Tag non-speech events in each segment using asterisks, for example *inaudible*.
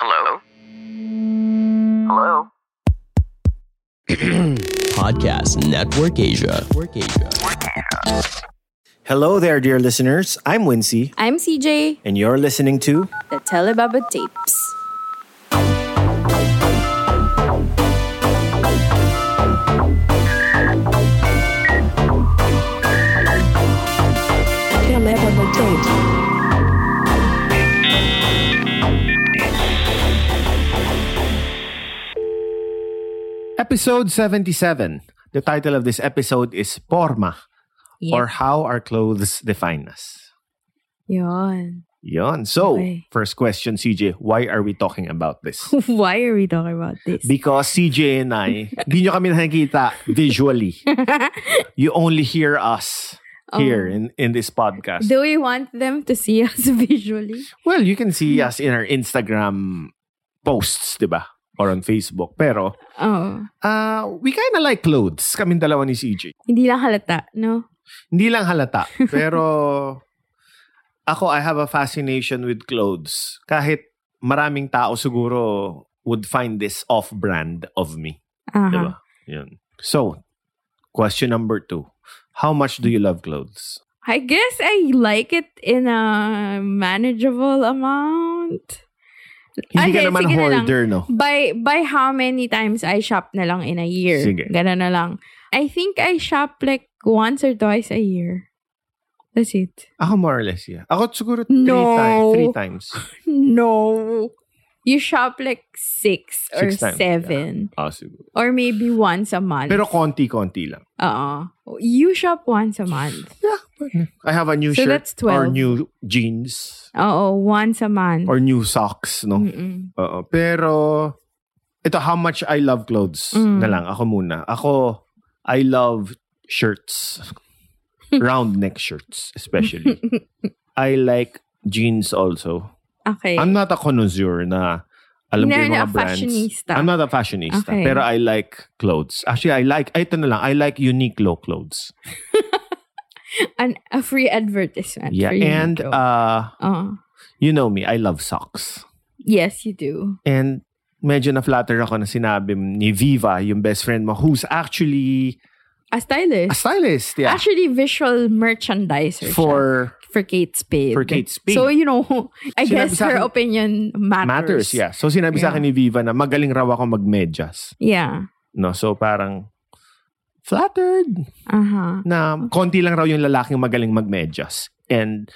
Hello? Hello? Podcast Network Asia. Network Asia. Hello there, dear listeners. I'm Wincy, I'm CJ, and you're listening to the Telebaba Tapes. Episode 77. The title of this episode is Porma, or How Our Clothes Define Us. Yon. Yon. So, Okay. first question, CJ, why are we talking about this? *laughs* Why are we talking about this? Because CJ and *laughs* I, di nyo kami nakikita visually. you only hear us Oh. here in, in this podcast. Do we want them to see *laughs* us visually? Well, you can see Hmm. us in our Instagram posts, di ba? Or on Facebook. Pero, Oh. uh, we kinda like clothes. Kaming dalawa ni CJ. Hindi lang halata, no? Hindi lang *laughs* halata. Pero, ako, I have a fascination with clothes. Kahit maraming tao siguro would find this off-brand of me. Aha. Di ba? Uh-huh. Yun. So, question number two. How much do you love clothes? I guess I like it in a manageable amount. Hindi ka Okay, naman sige na lang. hoarder, no? By by how many times I shop na lang in a year. Sige. Ganun na lang. I think I shop like once or twice a year. That's it. Ako more or less, yeah. Ako siguro three, times, No. three *laughs* times. No. You shop like six or Six times, seven. Ah, siguro. Or maybe once a month. Pero konti-konti lang. uh You shop once a month. I have a new So shirt that's or 12. new jeans Oo, once a month. or new socks, no? Mm-mm. Oo. Pero, ito, how much I love clothes Mm. na lang. Ako muna. Ako, I love *laughs* shirts. Round neck shirts, especially. I like jeans also. Okay. I'm not a connoisseur na alam ko You're yung mga not Eh. a brands. fashionista. I'm not a fashionista. Okay. Pero I like clothes. Actually, I like, ay, ito na lang, I like Uniqlo clothes. An, a free advertisement. yeah, for you and to- uh, Oo. you know me, I love socks. yes, you do. And medyo na-flatter ako na sinabi ni Viva, yung best friend mo, who's actually a A stylist. stylist, yeah. Actually, visual merchandiser. siya. for for Kate Spade. For Kate Spade. So, you know, *laughs* I Sinabi guess sa her akin- opinion matters. matters. yeah. So sinabi sa Yeah. akin ni Viva na magaling raw ako magmedyas. Yeah. No, so parang flattered Uh-huh. na konti lang raw yung lalaking magaling magmedyas. *laughs* And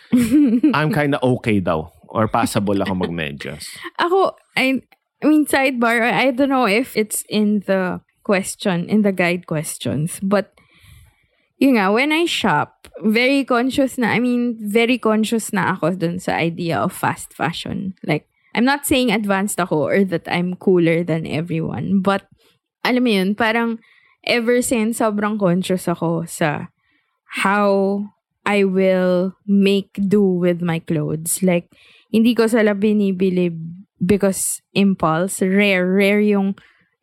I'm kinda okay daw or passable ako magmedyas. Ako, I, I mean, sidebar, I don't know if it's in the question, in the guide questions, but yun nga, when I shop, very conscious na, I mean, very conscious na ako dun sa idea of fast fashion. Like, I'm not saying advanced ako or that I'm cooler than everyone, but alam mo yun, parang ever since sobrang conscious ako sa how I will make do with my clothes. Like, hindi ko sila binibili because impulse. Rare, rare yung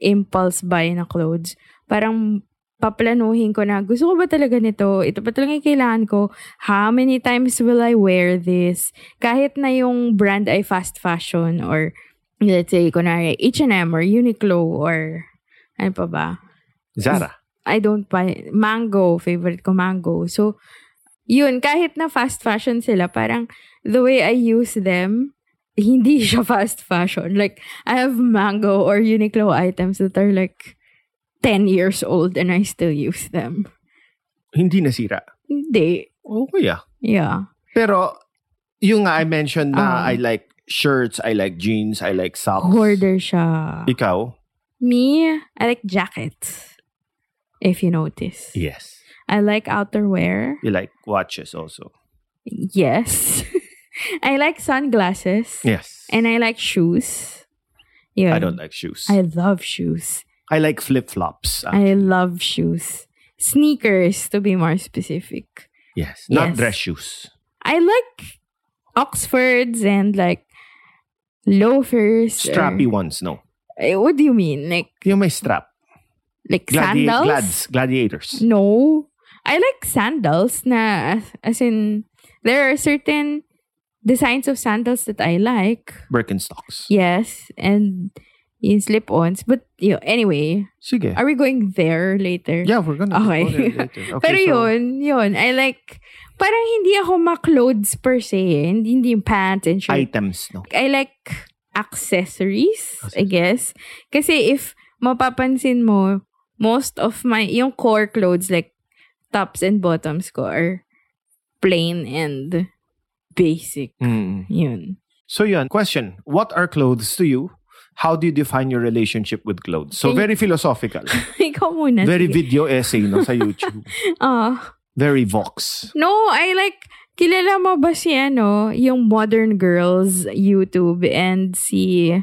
impulse buy na clothes. Parang paplanuhin ko na, gusto ko ba talaga nito? Ito ba talaga yung kailangan ko? How many times will I wear this? Kahit na yung brand ay fast fashion or let's say, kunwari, H&M or Uniqlo or ano pa ba? Zara. I don't buy mango, favorite ko mango. So yun, kahit na fast fashion sila, parang the way I use them, *laughs* hindi siya fast fashion. Like I have mango or Uniqlo items that are like 10 years old and I still use them. Hindi nasira. Hindi. Okay ah. Yeah. Pero yung nga I mentioned na Ah. I like shirts, I like jeans, I like socks. Hoarder siya. Ikaw? Me, I like jackets. If you notice. Yes. I like outerwear. You like watches also. Yes. *laughs* I like sunglasses Yes. and I like shoes. Yeah. I don't like shoes. I I, love shoes. like flip flops. I love shoes. Sneakers to be more specific. yes. Not Yes. dress shoes. I like Oxfords and like loafers. or- Strappy ones, no. Eh, what do you mean? Like Yung may strap. like Gladi- sandals? glads, gladiators. No. I like sandals na as in there are certain designs of sandals that I like. Birkenstocks. Yes, and in slip-ons. But you know, anyway, Sige. are we going there later? yeah, we're gonna Okay. go *laughs* there later. Okay, Pero so- yun, yun. I like, parang hindi ako ma-clothes per se. eh. Hindi, hindi yung pants and shirt. Items, no. I like accessories, I guess. Kasi if mapapansin mo, most of my, yung core clothes, like tops and bottoms ko are plain and basic. Mm. Yun. *laughs* So yun, question. What are clothes to you? How do you define your relationship with clothes? So Can you- very philosophical. Ikaw muna. very sige. video essay no sa YouTube. Ah. very vox. no, I like, kilala mo ba si ano, yung Modern Girls YouTube and si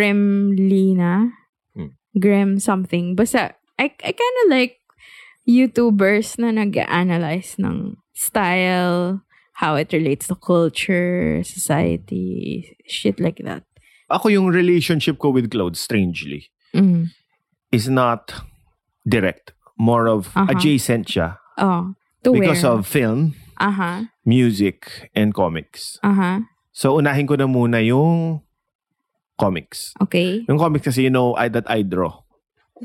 Grimlina? Hmm. Grim something. Basta, I, I kind of like YouTubers na nag-analyze ng style, how it relates to culture, society, shit like that. Ako yung relationship ko with clothes strangely Mm. is not direct, more of Uh-huh. adjacent siya Oh, to because wear. of film, Aha, music and comics. aha. So unahin ko na muna yung comics. Okay. Yung comics kasi you know I, that I draw.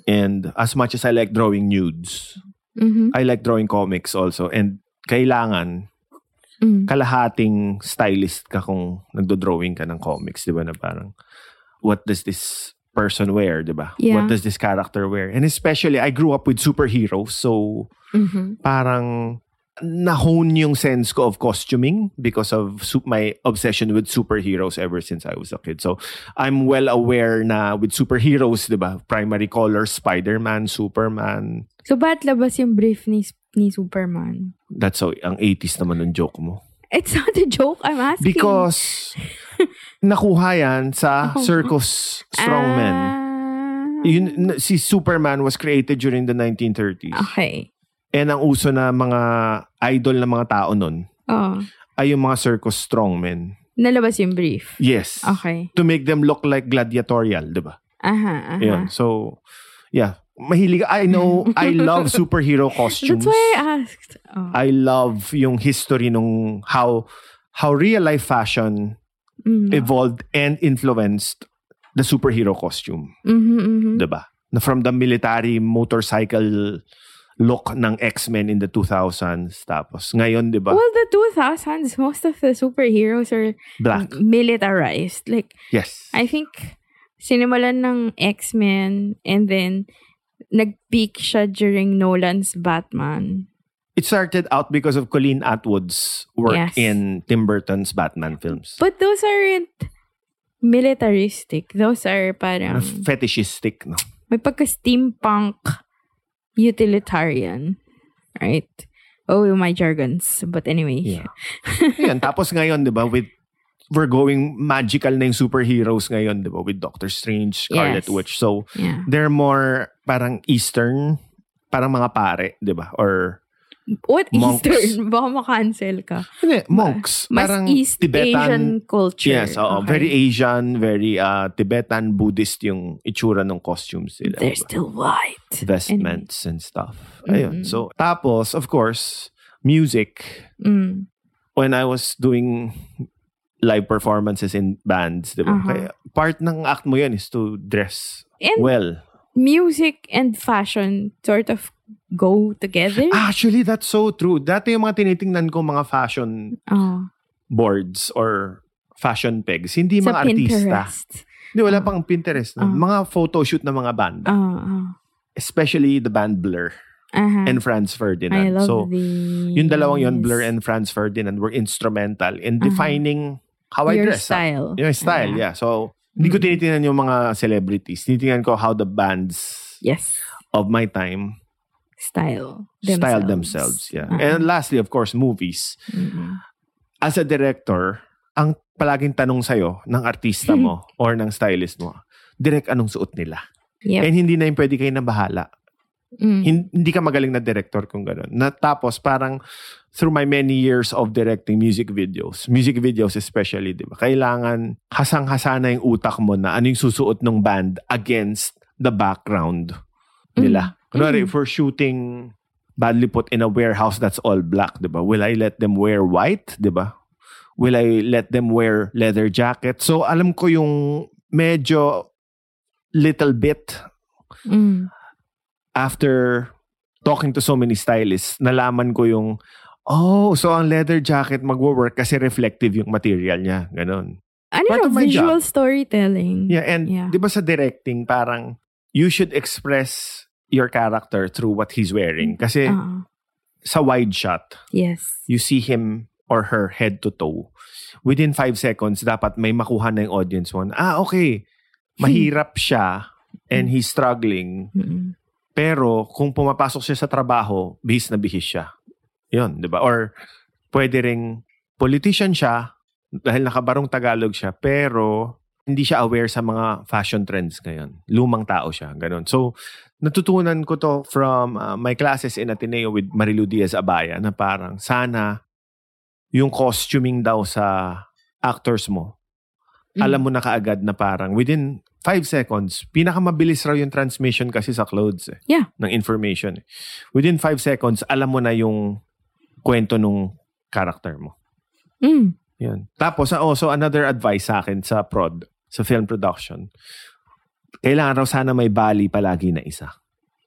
And as much as I like drawing nudes, Mm-hmm. I like drawing comics also and kailangan Mm. kalahating stylist ka kung nagdo-drawing ka ng comics, 'di ba? Na parang what does this person wear, 'di ba? Yeah. What does this character wear? And especially I grew up with superheroes, so Mm-hmm. parang nahone yung sense ko of costuming because of su- my obsession with superheroes ever since I was a kid. So I'm well aware na with superheroes, 'di ba? Primary colors, Spider-Man, Superman. So, ba't labas yung brief ni, ni Superman? That's so ang 80s naman ng joke mo. It's not a joke, I'm asking. Because nakuha yan sa *laughs* Oh. circus strongman. Ah. Yun, n- si Superman was created during the 1930s. Okay. And ang uso na mga idol na mga tao nun Oh, ay yung mga circus strongmen. nalabas yung brief. Yes. Okay. Uh-huh, To make them look like gladiatorial, di ba? Aha, aha. Yun. So, yeah. Mahilig. I *laughs* know, I love superhero costumes. That's why I asked. Oh. I love yung history nung how how real life fashion mm. evolved and influenced the superhero costume, Mhm, mhm. 'di ba? Na from the military motorcycle look ng X-Men in the 2000s tapos ngayon 'di ba? Well, the 2000s, most of the superheroes are Black. militarized. Like, Yes. mm, I think sinimulan ng X-Men and then nag-peak siya during Nolan's Batman. It started out because of Colleen Atwood's work Yes. in Tim Burton's Batman films. But those aren't militaristic. Those are Parang parang fetishistic, no? may pagka-steampunk utilitarian. Right? Oh, my jargons. But anyway. Yeah. Ayan, tapos ngayon, 'di ba, with we're going magical na yung superheroes ngayon, 'di ba, with Doctor Strange, Scarlet Yes. Witch. So, Yeah. they're more parang Eastern, parang mga pare, di ba? Or, What Monks. Eastern? *laughs* Baka makancel ka. hindi, monks. Mas parang East Asian culture. Yes, oo. Okay. Very Asian, very uh, Tibetan, Buddhist yung itsura ng costumes nila. They're di ba? still Mm-hmm. white. Vestments and stuff. Ayun. Mm-mm. So, tapos, of course, music. Mm. When I was doing live performances in bands, di ba? Uh-huh. Kaya part ng act mo yun is to dress And well. music and fashion sort of go together. Actually, that's so true. Dati yung mga tinitingnan ko mga fashion oh, boards or fashion pegs. Hindi sa mga artista. Pinterest. Hindi, wala pang Pinterest. no? Ah. Mga photoshoot ng mga banda. Oh, oh. Especially the band Blur Uh-huh. and Franz I Ferdinand. love So, these. yung dalawang yun, Blur and Franz Ferdinand, were instrumental in Uh-huh. defining how I Your dress. ah. style. Uh-huh. Yung style, yeah. So, hindi ko Mm. tinitingnan yung mga celebrities. Tinitingnan ko how the bands Yes. of my time Style. Uh-huh. Ah. Mm-hmm. styled themselves. Yeah. And lastly, of course, movies. as a director, ang palaging tanong sa'yo ng artista *laughs* mo or ng stylist mo, direct anong suot nila. Yep. And hindi na yung pwede kayo na bahala. Mm. Hin- Hindi ka magaling na director kung gano'n. Na, tapos parang through my many years of directing music videos, music videos especially, di ba? Kailangan hasang-hasa na yung utak mo na ano yung susuot ng band against the background nila. Kunwari, Mm. if we're shooting badly put in a warehouse that's all black, di ba? Will I let them wear white, di ba? Will I let them wear leather jacket? So, alam ko yung medyo little bit Mm. after talking to so many stylists, nalaman ko yung, oh, so ang leather jacket magwo-work kasi reflective yung material niya. Ganon. Ano Part yun, of my visual storytelling. Yeah, and Yeah. di ba sa directing, parang you should express your character through what he's wearing. Kasi Ah, sa wide shot, yes. you see him or her head to toe. Within five seconds, dapat may makuha na yung audience one. Ah, *laughs* okay. Mahirap siya Hmm. and he's struggling. Mm-mm. Pero kung pumapasok siya sa trabaho, bihis na bihis siya. Yun, di ba? Or pwede ring politician siya dahil nakabarong Tagalog siya, pero hindi siya aware sa mga fashion trends ngayon. Lumang tao siya, ganun. So, natutunan ko to from uh, my classes in Ateneo with Marilu Diaz Abaya na parang sana yung costuming daw sa actors mo, alam mo na kaagad na parang within five seconds, pinakamabilis raw yung transmission kasi sa clothes eh, Yeah. ng information. eh. Within five seconds, alam mo na yung kwento nung character mo. Mm. Yan. Tapos, ah, oh, so another advice sa akin sa prod, sa film production, kailangan raw sana may bali palagi na isa.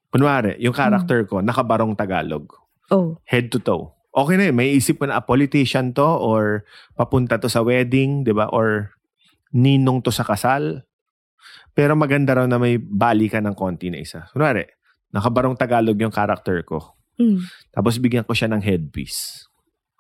Kunwari, yung character ko, nakabarong Tagalog Oh. head to toe. Okay na yun. May isip mo na a politician to or papunta to sa wedding, di ba? Or ninong to sa kasal. Pero maganda raw na may bali ka ng konti na isa. Kunwari, nakabarong Tagalog yung character ko. Mm. Tapos bigyan ko siya ng headpiece.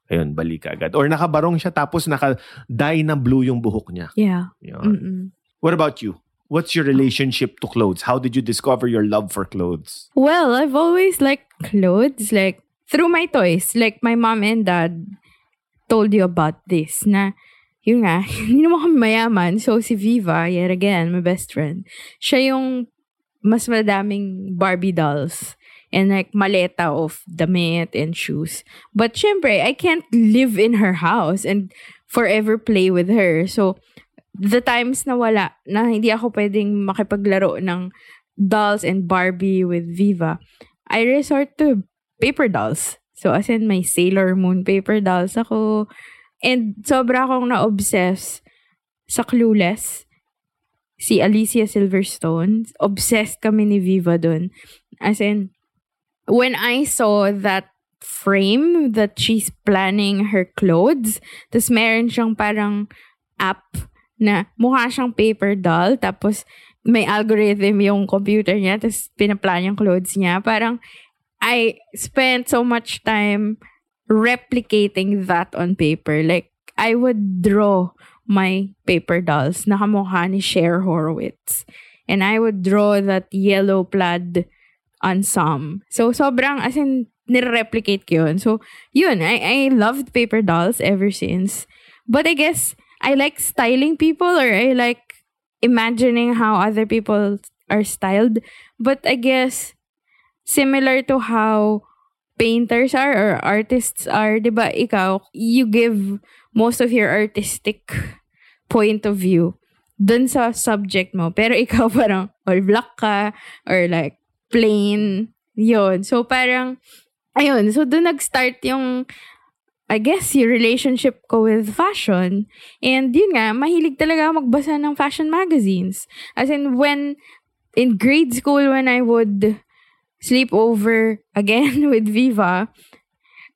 Ayun, bali ka agad. Or nakabarong siya tapos naka-dye na blue yung buhok niya. Yeah. Mm-hmm. Yun. Mm-mm. What about you? What's your relationship to clothes? How did you discover your love for clothes? Well, I've always liked clothes, like through my toys. Like my mom and dad told you about this na yun nga, *laughs* hindi naman kami mayaman. So si Viva, yet again, my best friend, siya yung mas madaming Barbie dolls and like maleta of damit and shoes. But syempre, I can't live in her house and forever play with her. So the times na wala, na hindi ako pwedeng makipaglaro ng dolls and Barbie with Viva, I resort to paper dolls. So as in may Sailor Moon paper dolls ako. And sobra akong na-obsess sa Clueless. Si Alicia Silverstone. Obsessed kami ni Viva dun. As in, when I saw that frame that she's planning her clothes, tas meron siyang parang app na mukha siyang paper doll, tapos may algorithm yung computer niya, tapos pinaplan yung clothes niya. Parang, I spent so much time replicating that on paper. Like, I would draw my paper dolls. Nakamukha ni Cher Horowitz. And I would draw that yellow plaid on some. So, sobrang, as in, nireplicate ko yun. So, yun, I, I loved paper dolls ever since. But I guess, I like styling people or I like imagining how other people are styled. But I guess, similar to how painters are or artists are, di ba, ikaw, you give most of your artistic point of view dun sa subject mo. Pero ikaw *laughs* parang all black ka or like plain. Yun. So parang, ayun. So dun nag-start yung I guess, yung relationship ko with fashion. And yun nga, mahilig talaga ako magbasa ng fashion magazines. As in, when, in grade school, when I would sleep over again *laughs* with Viva,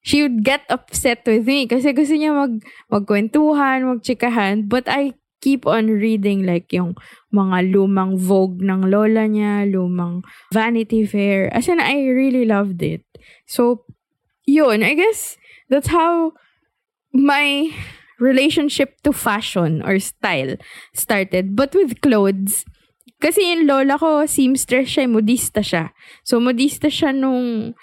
she would get upset with me kasi gusto niya mag, magkwentuhan, magchikahan. But I keep on reading like yung mga lumang Vogue ng lola niya, lumang Vanity Fair. As in, I really loved it. So, yun, I guess that's how my relationship to fashion or style started. But with clothes, kasi yung lola ko, seamstress siya, modista siya. So, modista siya nung,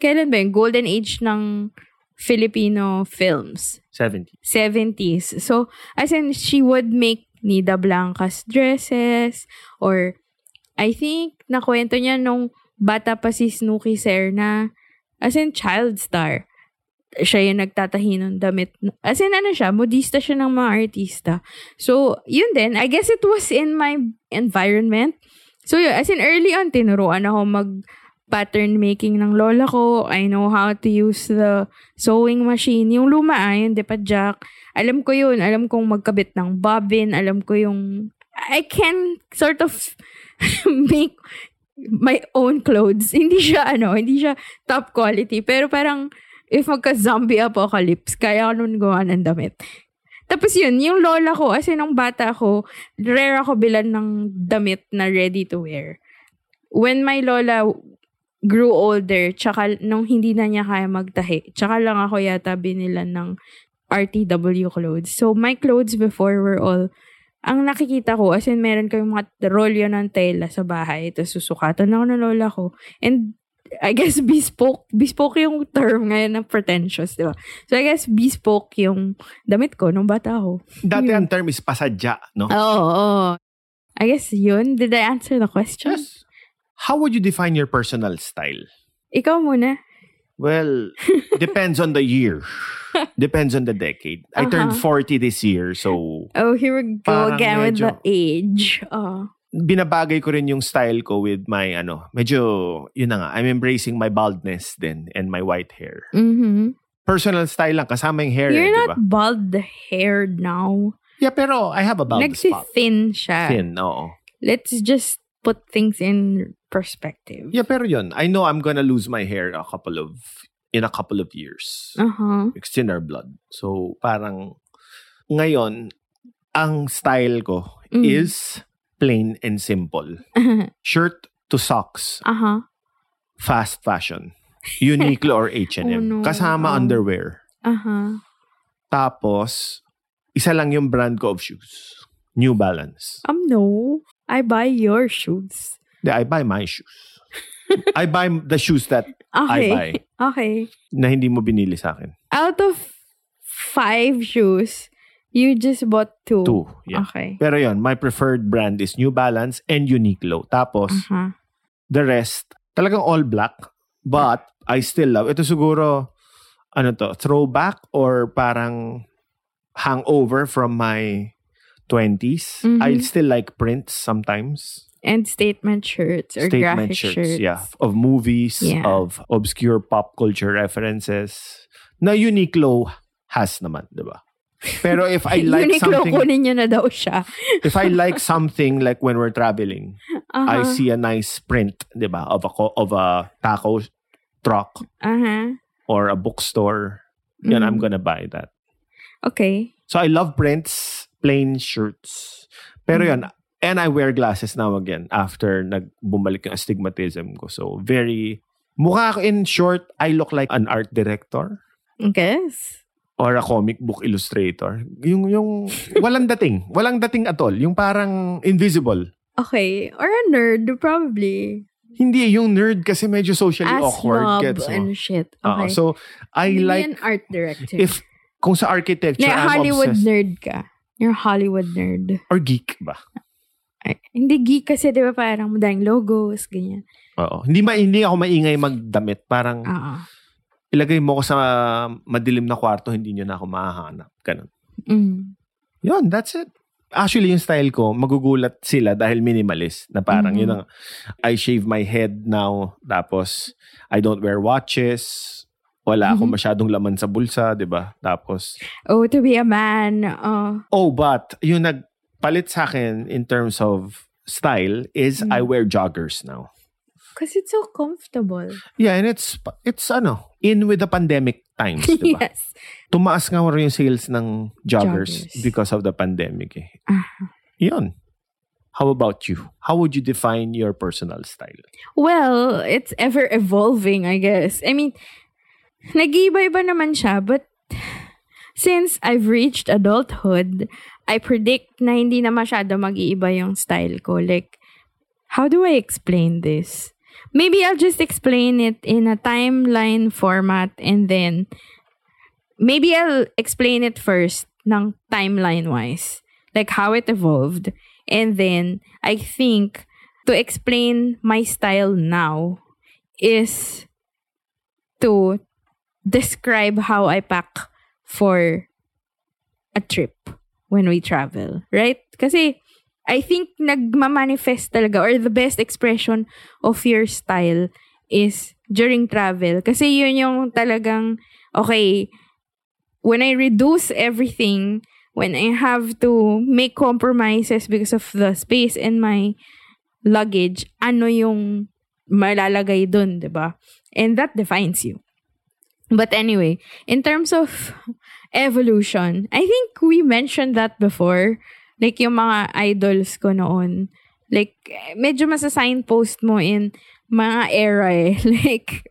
kailan ba yun? Golden age ng Filipino films. 70. 70s. So, as in, she would make Nida Blanca's dresses or I think nakwento niya nung bata pa si Snooki Serna as in child star. Siya yung nagtatahi ng damit. As in, ano siya, modista siya ng mga artista. So, yun din. I guess it was in my environment. So, yun. As in, early on, tinuruan ako mag pattern making ng lola ko. I know how to use the sewing machine. Yung luma, ah, yung depad jack. Alam ko yun. Alam kong magkabit ng bobbin. Alam ko yung... I can sort of *laughs* make my own clothes. Hindi siya, ano, hindi siya top quality. Pero parang, if magka-zombie apocalypse, kaya ko nun gawa ng damit. Tapos yun, yung lola ko, as in, nung bata ko, rare ako bilan ng damit na ready to wear. When my lola grew older, tsaka nung hindi na niya kaya magtahi, tsaka lang ako yata binilan ng RTW clothes. So, my clothes before were all, ang nakikita ko, as in, meron kayong mga rolyo ng tela sa bahay, tapos susukatan ako ng lola ko. And, I guess bespoke, bespoke yung term ngayon na pretentious, di ba? So, I guess bespoke yung damit ko nung bata ako. Dati ang term is pasadya, no? Oo, oo. I guess yun. Did I answer the question? Yes. How would you define your personal style? Ikaw muna. *laughs* Well, depends on the year. Depends on the decade. I Uh-huh. turned 40 this year, so Oh, here we go Parang again with the medyo- age. Oh. binabagay ko rin yung style ko with my ano, medyo yun na nga, I'm embracing my baldness then and my white hair. Mm-hmm. Personal style lang kasama yung hair, eh, di You're not ba? bald-haired now. Yeah, pero I have a bald spot. Nagsi-thin siya. Thin, oo. Let's just put things in perspective. Yeah, pero yun, I know I'm gonna lose my hair a couple of in a couple of years. Uh-huh. *laughs* It's in our blood. So parang ngayon, ang style ko Mm. is plain and simple. Shirt to socks, Uh-huh. fast fashion. *laughs* Uniqlo or H&M. Oh, no. Kasama Oh. underwear. Uh-huh. Tapos, isa lang yung brand ko of shoes. New Balance. Um, no. I buy your shoes. Di, I buy my *laughs* shoes. I buy the shoes that Okay. I buy. *laughs* Okay. Na hindi mo binili sa akin. Out of five shoes, you just bought two. Two. Yeah. Okay. Pero yon my preferred brand is New Balance and Uniqlo. Tapos, Uh-huh. the rest, talagang all black. But, I still love. Ito siguro, ano to, throwback or parang hangover from my 20s. Mhm. I still like prints sometimes. And statement shirts or graphic shirts. Yeah. Of movies, Yeah. of obscure pop culture references. Na Uniqlo has naman, di ba? Pero if *laughs* I like Uniqlo, something... kunin niyo na daw siya. if I like something like when we're traveling, Uh-huh. I see a nice print, 'di ba, of a co- of a taco truck Uh-huh. or a bookstore. Yan, Mhm. I'm gonna buy that. Okay. So I love prints, plain shirts. Pero Mm. yun, and I wear glasses now again after nagbumalik yung astigmatism ko. So very mukha ako in short, I look like an art director Guess. or a comic book illustrator. Yung yung walang dating, walang dating at all. Yung parang invisible. Okay. Or a nerd, probably. Hindi, yung nerd kasi medyo socially As awkward. mob gets mo. Ah, and shit. Oo, Okay. so, I Hindi like, an art director. if, kung sa architecture, Like, I'm Hollywood obsessed. nerd ka. You're a Hollywood nerd. Or geek ba? Ay, hindi geek kasi, di ba, parang madaming logos, ganyan. Oo. Hindi, ma, hindi ako maingay magdamit. Parang, Oo. ilagay mo ko sa madilim na kwarto, hindi nyo na ako mahahanap. Ganun. Mm. Yun, that's it. Actually, yung style ko, magugulat sila dahil minimalist. Na parang, Mhm. yun ang, I shave my head now, tapos, I don't wear watches, wala akong Mm-hmm. masyadong laman sa bulsa, di ba? Tapos, Oh, to be a man. Oh. Oh, but yung nagpalit sa akin in terms of style is I wear joggers now. Because it's so comfortable. *laughs* Yeah, and it's it's ano, in with the pandemic times, 'di *laughs* ba? yes. Tumaas nga rin yung sales ng joggers, Joggers. because of the pandemic eh. Yun. How about you? How would you define your personal style? Well, it's ever evolving, I guess. I mean, nag-iiba-iba naman siya, but since I've reached adulthood, I predict na hindi na masyado mag-iiba yung style ko. Like, how do I explain this? Maybe I'll just explain it in a timeline format and then maybe I'll explain it first ng timeline wise, like how it evolved. And then I think to explain my style now is to describe how I pack for a trip when we travel, right? Kasi I think nagmamanifest talaga or the best expression of your style is during travel. Kasi yun yung talagang, okay, when I reduce everything, when I have to make compromises because of the space and my luggage, ano yung malalagay dun, di ba? And that defines you. But anyway, in terms of evolution, I think we mentioned that before. Like yung mga idols ko noon. Like, medyo masa-signpost mo in mga era eh. *laughs* Like,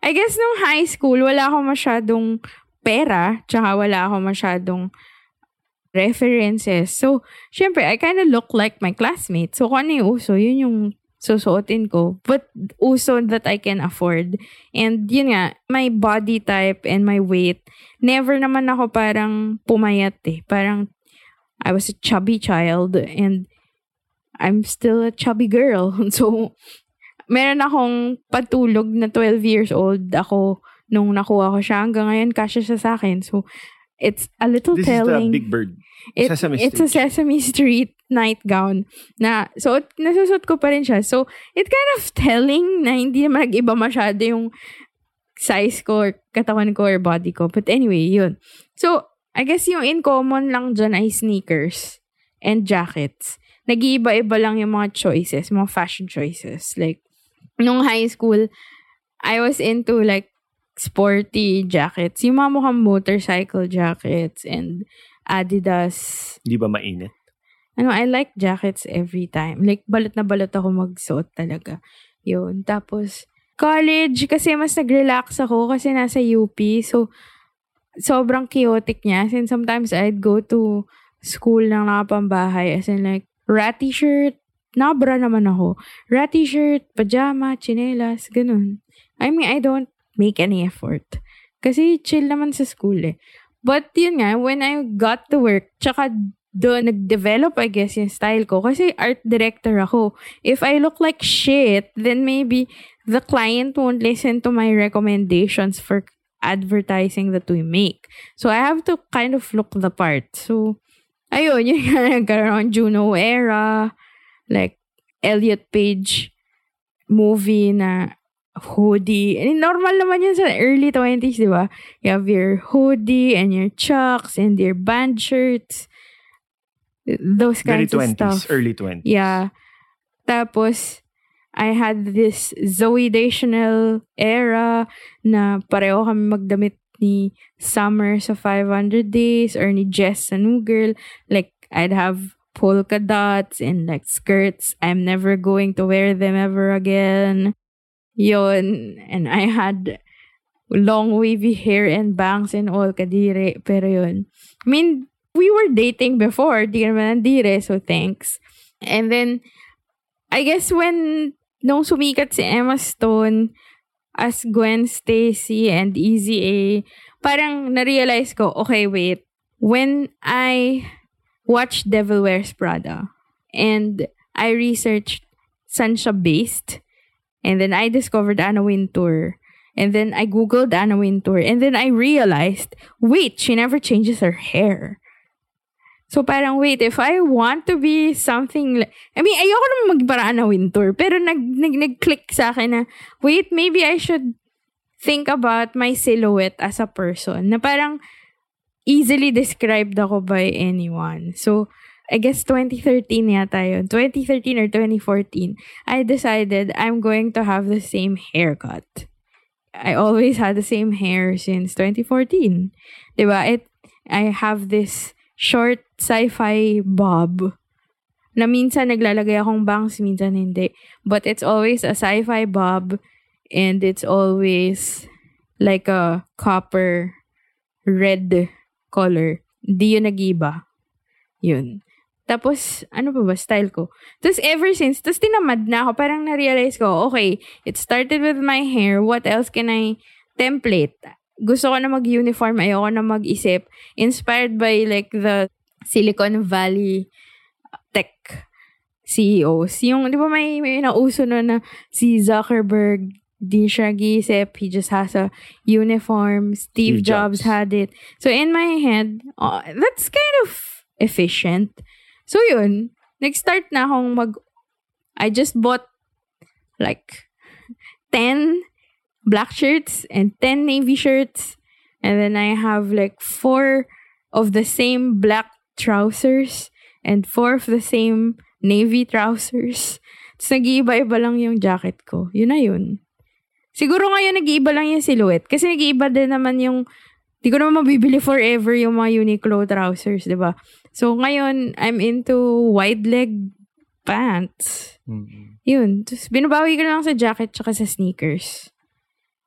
I guess nung high school, wala akong masyadong pera, tsaka wala akong masyadong references. So, syempre, I kind of look like my classmates. So, kung ano yung uso, yun yung susuotin ko. But uso that I can afford. And yun nga, my body type and my weight, never naman ako parang pumayat eh. Parang I was a chubby child and I'm still a chubby girl. *laughs* So, meron akong patulog na 12 years old ako nung nakuha ko siya. Hanggang ngayon, kasya siya sa akin. So, it's a little This is the telling. Big Bird. It- Sesame It's a Street. Sesame Street nightgown na so nasusot ko pa rin siya. So, it kind of telling na hindi naman nag-iba masyado yung size ko or katawan ko or body ko. But anyway, yun. So, I guess yung in common lang dyan ay sneakers and jackets. Nag-iiba-iba lang yung mga choices, mga fashion choices. Like, nung high school, I was into like sporty jackets. Yung mga mukhang motorcycle jackets and Adidas. Di ba mainit? Ano, I like jackets every time. Like, balot na balot ako magsuot talaga. Yun. Tapos, college, kasi mas nag-relax ako kasi nasa UP. So, sobrang chaotic niya. As in, sometimes I'd go to school ng nakapambahay. As in, like, rat t-shirt. Nabra naman ako. Rat t-shirt, pajama, chinelas, ganun. I mean, I don't make any effort. Kasi chill naman sa school eh. But yun nga, when I got to work, tsaka doon nag-develop, I guess, yung style ko. Kasi art director ako. If I look like shit, then maybe the client won't listen to my recommendations for advertising that we make. So I have to kind of look the part. So, ayun, *laughs* yun nga, nagkaroon ako ng Juno era, like, Elliot Page movie na hoodie. And normal naman yun sa early 20s, di ba? You have your hoodie and your chucks and your band shirts. Those Very kinds of 20s, stuff. early 20s. Yeah. Tapos, I had this Zoe Dational era na pareho kami magdamit ni Summer sa 500 Days or ni Jess sa New Girl. Like, I'd have polka dots and like skirts. I'm never going to wear them ever again. Yun. And I had long wavy hair and bangs and all, kadire. Pero yun. I mean, we were dating before. Di ka naman nandire, so thanks. And then, I guess when nung sumikat si Emma Stone as Gwen Stacy and Easy A, parang narealize ko, okay, wait. When I watched Devil Wears Prada and I researched saan siya based, and then I discovered Anna Wintour. And then I googled Anna Wintour. And then I realized, wait, she never changes her hair. So parang, wait, if I want to be something, li- I mean, ayoko naman magparaan na winter, pero nag, nag, nag-click sa akin na, wait, maybe I should think about my silhouette as a person. Na parang easily described ako by anyone. So, I guess 2013 yata yun. 2013 or 2014, I decided I'm going to have the same haircut. I always had the same hair since 2014. Diba? It, I have this short sci-fi bob na minsan naglalagay akong bangs, minsan hindi. But it's always a sci-fi bob and it's always like a copper red color. Di yun nag-iba. Yun. Tapos, ano pa ba, style ko. Tapos, ever since, tapos tinamad na ako, parang narealize ko, okay, it started with my hair, what else can I template? gusto ko na mag-uniform, ayoko na mag-isip. Inspired by like the Silicon Valley tech CEOs. Yung, di ba may, may nauso na na si Zuckerberg, di siya gisip, he just has a uniform. Steve, Steve Jobs. Jobs. had it. So in my head, oh, that's kind of efficient. So yun, nag-start na akong mag, I just bought like 10 black shirts and 10 navy shirts. And then I have like four of the same black trousers and four of the same navy trousers. Tapos nag-iiba-iba lang yung jacket ko. Yun na yun. Siguro ngayon nag-iiba lang yung silhouette. Kasi nag-iiba din naman yung, di ko naman mabibili forever yung mga Uniqlo trousers, di ba? So ngayon, I'm into wide leg pants. Yun. Tapos binabawi ko na lang sa jacket tsaka sa sneakers.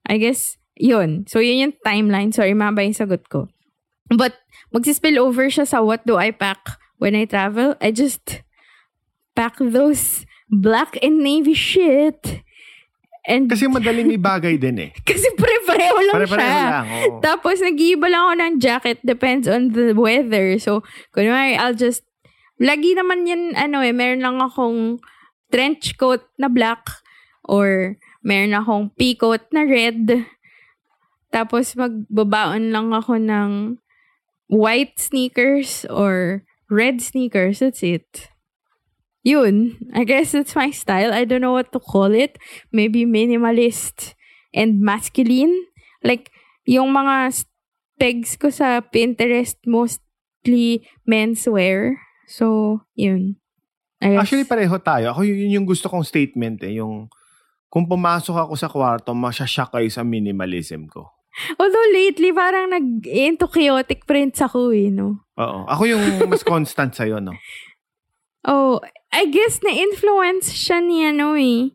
I guess, yun. So, yun yung timeline. Sorry, maba yung sagot ko. But, magsispill over siya sa what do I pack when I travel. I just pack those black and navy shit. And, Kasi madaling ibagay din eh. kasi pare-pareho lang Pare-pareho siya. lang, oo. Tapos, nag-iiba lang ako ng jacket. Depends on the weather. So, kunwari, I'll just... Lagi naman yan, ano eh, meron lang akong trench coat na black or meron akong pea coat na red. Tapos, magbabaon lang ako ng white sneakers or red sneakers. That's it. Yun. I guess that's my style. I don't know what to call it. Maybe minimalist and masculine. Like, yung mga s- pegs ko sa Pinterest, mostly menswear. So, yun. I guess. Actually, pareho tayo. Ako, yun yun yung gusto kong statement eh. Yung, kung pumasok ako sa kwarto, masyashock kayo sa minimalism ko. Although lately, parang nag-into chaotic prints ako eh, no? Oo. Ako yung mas constant sa'yo, no? Oh, I guess na-influence siya ni ano eh,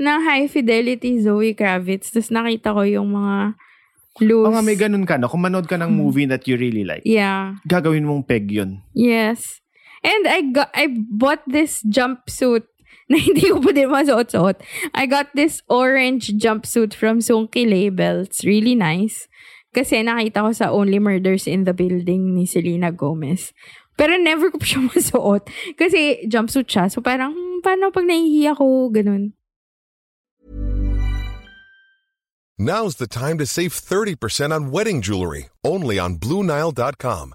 ng High Fidelity Zoe Kravitz. Tapos nakita ko yung mga loose. Oo nga, may ganun ka, no? Kung manood ka ng movie that you really like, Yeah. gagawin mong peg yun. Yes. And I got I bought this jumpsuit *laughs* na hindi ko pa din masuot-suot. I got this orange jumpsuit from Sunky Label. It's really nice. Kasi nakita ko sa Only Murders in the Building ni Selena Gomez. Pero never ko pa siya *laughs* masuot. Kasi jumpsuit siya. So parang, hmm, paano pag nahihi ako? Ganun. Now's the time to save 30% on wedding jewelry, only on BlueNile.com.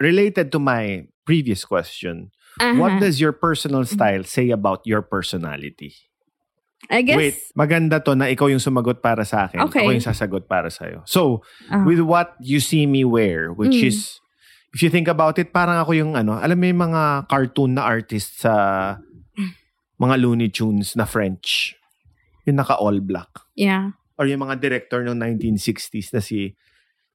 Related to my previous question, Aha. what does your personal style say about your personality? I guess, Wait, maganda to na ikaw yung sumagot para sa akin. Okay. Ako yung sasagot para sa'yo. So, Ah. with what you see me wear, which Mm. is, if you think about it, parang ako yung ano, alam mo yung mga cartoon na artist sa mga Looney Tunes na French. Yung naka-all black. yeah. Or yung mga director ng 1960s na si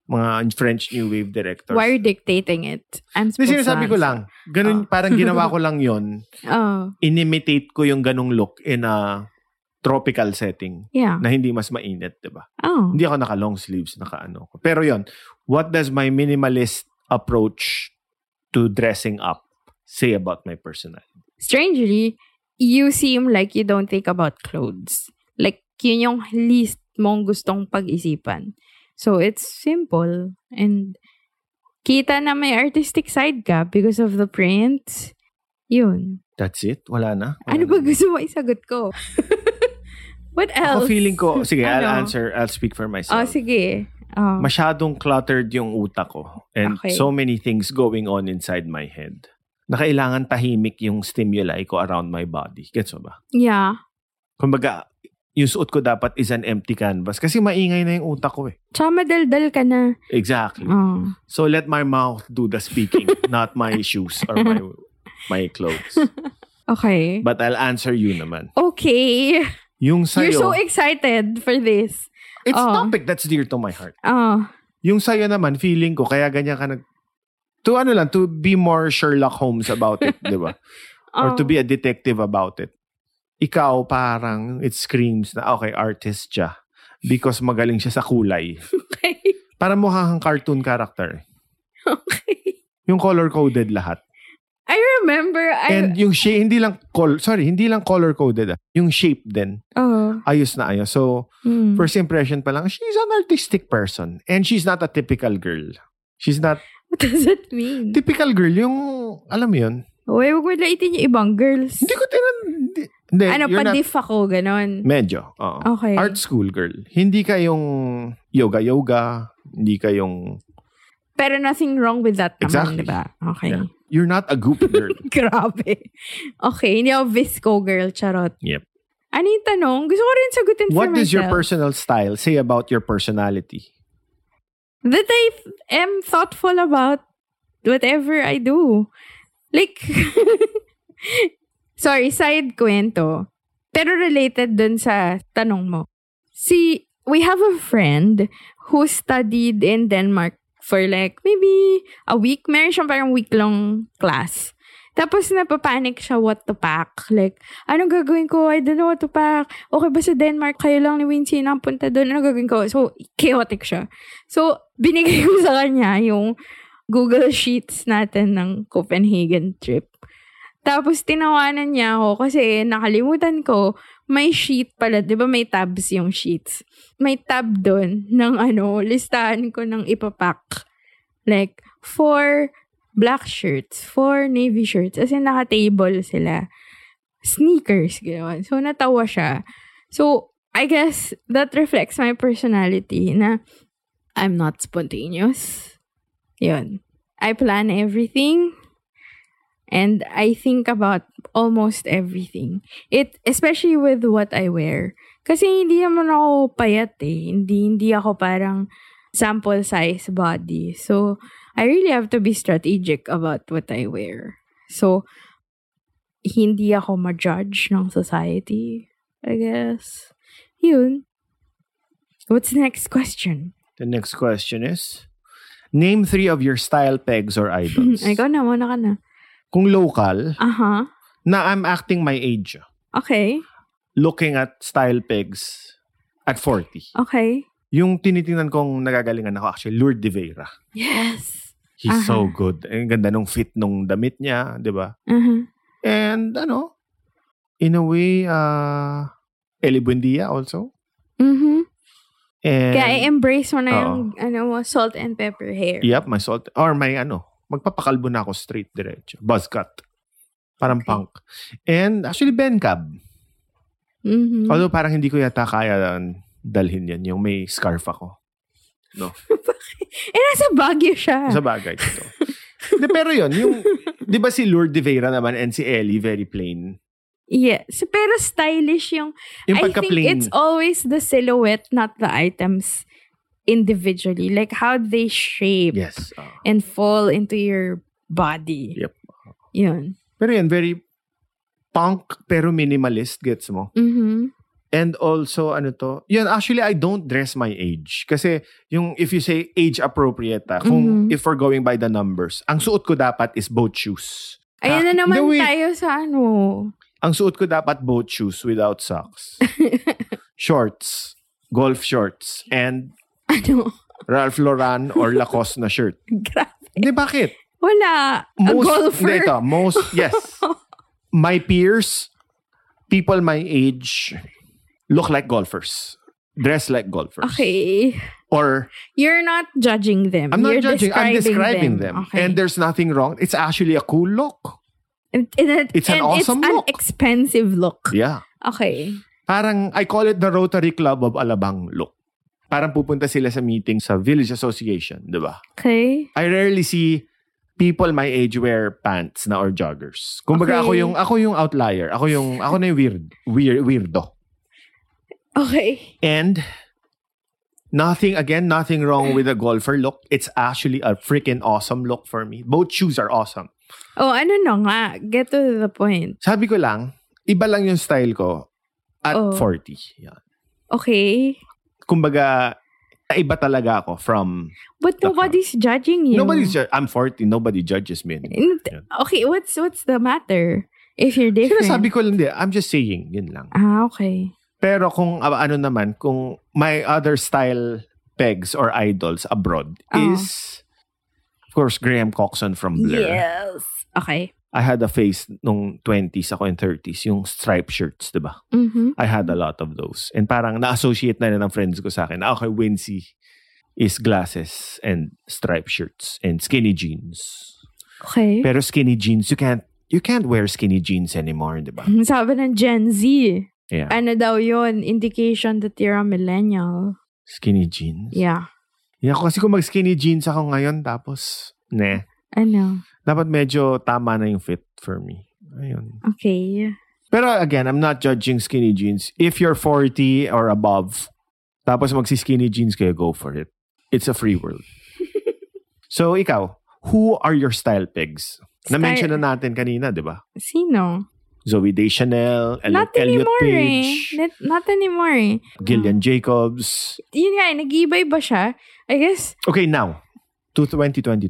mga French New Wave directors. Why are you dictating it? I'm Hindi, supposed to sinasabi ko answer. lang. Ganun, Ah. parang *laughs* ginawa ko lang yon Oh, Inimitate ko yung ganung look in a tropical setting yeah. na hindi mas mainit, di ba? Oh. Hindi ako naka long sleeves, naka ano. ko. Pero yon, what does my minimalist approach to dressing up say about my personality? strangely, you seem like you don't think about clothes. Like, yun yung least mong gustong pag-isipan. So, it's simple. And, kita na may artistic side ka because of the prints. Yun. That's it? Wala na? Wala Ano na. ba gusto mo isagot *laughs* ko? What Ako else? feeling ko, sige, I'll Ano? answer, I'll speak for myself. Oh, sige. Oh. masyadong cluttered yung utak ko and Okay. so many things going on inside my head na kailangan tahimik yung stimuli ko around my body. Gets mo ba? yeah. Kumbaga, yung suot ko dapat is an empty canvas kasi maingay na yung utak ko eh. Tsaka madaldal ka na. Exactly. Oh. So let my mouth do the *laughs* speaking, not my shoes or my my clothes. Okay. But I'll answer you naman. okay. *laughs* Yung sa'yo, You're so excited for this. it's Oh. topic that's dear to my heart. Oh. Yung sa'yo naman, feeling ko, kaya ganyan ka nag... To ano lang, to be more Sherlock Holmes about it, di *laughs* ba? oh. or to be a detective about it. Ikaw parang it screams na okay, artist siya because magaling siya sa kulay. Okay. Parang mukha kang cartoon character. *laughs* Okay. Yung color coded lahat. *laughs* I remember I And yung shape hindi lang col sorry, hindi lang color coded. Yung shape din oh. ayos na ayos. So, Hmm. first impression pa lang, she's an artistic person and she's not a typical girl. She's not *laughs* What does it mean? typical girl yung alam mo yun. Uy, huwag mo laitin yung ibang girls. Hindi ko tinan hindi- hindi, ano, you're not- pa-diff ako, ganon. Medyo. oo. Okay. Art school girl. Hindi ka yung yoga-yoga. Hindi ka yung... Pero nothing wrong with that naman, Exactly. diba? Okay. Yeah. You're not a goop girl. *laughs* Grabe. Okay, hindi ako visco girl, charot. Yep. Ano yung tanong? Gusto ko rin sagutin for what myself. does your personal style say about your personality? That I th- am thoughtful about whatever I do. Like, *laughs* sorry, side kwento. Pero related dun sa tanong mo. See, we have a friend who studied in Denmark for like maybe a week. Meron siyang parang week-long class. Tapos napapanic siya what to pack. Like, anong gagawin ko? I don't know what to pack. Okay ba sa Denmark? Kayo lang ni Wincy na punta doon. Anong gagawin ko? So, chaotic siya. So, binigay ko sa kanya yung Google Sheets natin ng Copenhagen trip. Tapos, tinawanan niya ako kasi nakalimutan ko, may sheet pala. Di ba may tabs yung sheets? May tab doon ng ano, listahan ko ng ipapack. Like, for black shirts, for navy shirts. As in, naka-table sila. Sneakers, gano'n. So, natawa siya. So, I guess that reflects my personality na I'm not spontaneous. Yun. I plan everything and I think about almost everything. It especially with what I wear. Kasi hindi naman ako payat eh. Hindi, hindi ako parang sample size body. So, I really have to be strategic about what I wear. So, hindi ako ma-judge ng society, I guess. Yun. What's the next question? The next question is, name three of your style pegs or idols. *laughs* Ay, Ikaw na, muna ka na. Kung local, Aha. na I'm acting my age. Okay. Looking at style pegs at 40. Okay. Yung tinitingnan kong nagagalingan ako actually, Lourdes de Vera. Yes. He's so Aha. good. Ang ganda nung fit nung damit niya, di ba? Uh-huh. And ano, in a way, uh, Eli Buendia also. Mm-hmm. And, Kaya eh, i-embrace mo na Oo. yung ano mo, salt and pepper hair. Yep, my salt. Or may ano, magpapakalbo na ako straight diretso. Buzz cut. Parang Okay. punk. And actually, Ben Cab. Mhm. Although parang hindi ko yata kaya dalhin yan. Yung may scarf ako. eh, nasa Baguio siya. Sa bagay ito. De, pero yun, *laughs* yung, di ba si Lourdes de Vera naman and si Ellie, very plain. yes. Pero stylish yung, Yung I think pagka-plain. it's always the silhouette, not the items individually. Like how they shape Yes. ah. and fall into your body. Yep. Yun. Pero yan, very punk pero minimalist, gets mo? Mm-hmm. And also, ano to? Yun, actually, I don't dress my age. Kasi yung if you say age appropriate, ah, kung Mhm. if we're going by the numbers, ang suot ko dapat is boat shoes. Ayan na Ah, naman no, wait. tayo sa ano. *laughs* Ang suot ko dapat boat shoes without socks. shorts. Golf shorts. And ano? Ralph Lauren or Lacoste na shirt. *laughs* Grabe. Hindi, bakit? Wala. A golfer. Hindi, ito, most, yes. *laughs* my peers, people my age, look like golfers. Dress like golfers. Okay. Or You're not judging them. I'm not You're judging. I'm describing them. Okay. And there's nothing wrong. It's actually a cool look. And- and it- It's an and awesome it's look. an expensive look. Yeah. Okay. Parang I call it the Rotary Club of Alabang look. Parang pupunta sila sa meeting sa village association, di ba? Okay. I rarely see people my age wear pants na or joggers. Kumbaga ako Okay. yung ako yung outlier. Ako yung ako na yung weird, weird weirdo. Okay. And nothing again, nothing wrong with a golfer look. It's actually a freaking awesome look for me. Both shoes are awesome. Oh, ano na nga. Get to the point. Sabi ko lang, iba lang yung style ko at Oo. 40. Yan. Okay. Kumbaga iba talaga ako from But Taka. nobody's judging you. nobody's ju- I'm 40, nobody judges me. anymore. And- Okay, what's what's the matter? If you're different. Sinasabi ko lang din, I'm just saying, yun lang. Ah, okay. Pero kung ah, ano naman, kung my other style pegs or idols abroad Oo. is, of course, Graham Coxon from Blur. Yes. Okay. I had a face nung 20s ako and 30s, yung striped shirts, di ba? Mm-hmm. I had a lot of those. And parang na-associate na rin ng friends ko sa akin, ah, okay, Wincy is glasses and striped shirts and skinny jeans. Okay. Pero skinny jeans, you can't, you can't wear skinny jeans anymore, di ba? Sabi ng Gen Z, Yeah. ano daw yon indication that you're a millennial. Skinny jeans. Yeah. Yeah, kasi kung mag-skinny jeans ako ngayon, tapos, ne, I know. dapat medyo tama na yung fit for me. Ayun. Okay. Pero again, I'm not judging skinny jeans. If you're 40 or above, tapos magsi-skinny jeans kayo, go for it. It's a free *laughs* world. so, ikaw, who are your style pigs? Na-mention na Style- natin kanina, di ba? Sino? Zoe Deschanel, El- Not Elliot anymore eh. Page, Not, not anymore eh. Gillian Jacobs. Yun nga eh, nag-iibay ba siya? I guess, Okay, now, to 2022.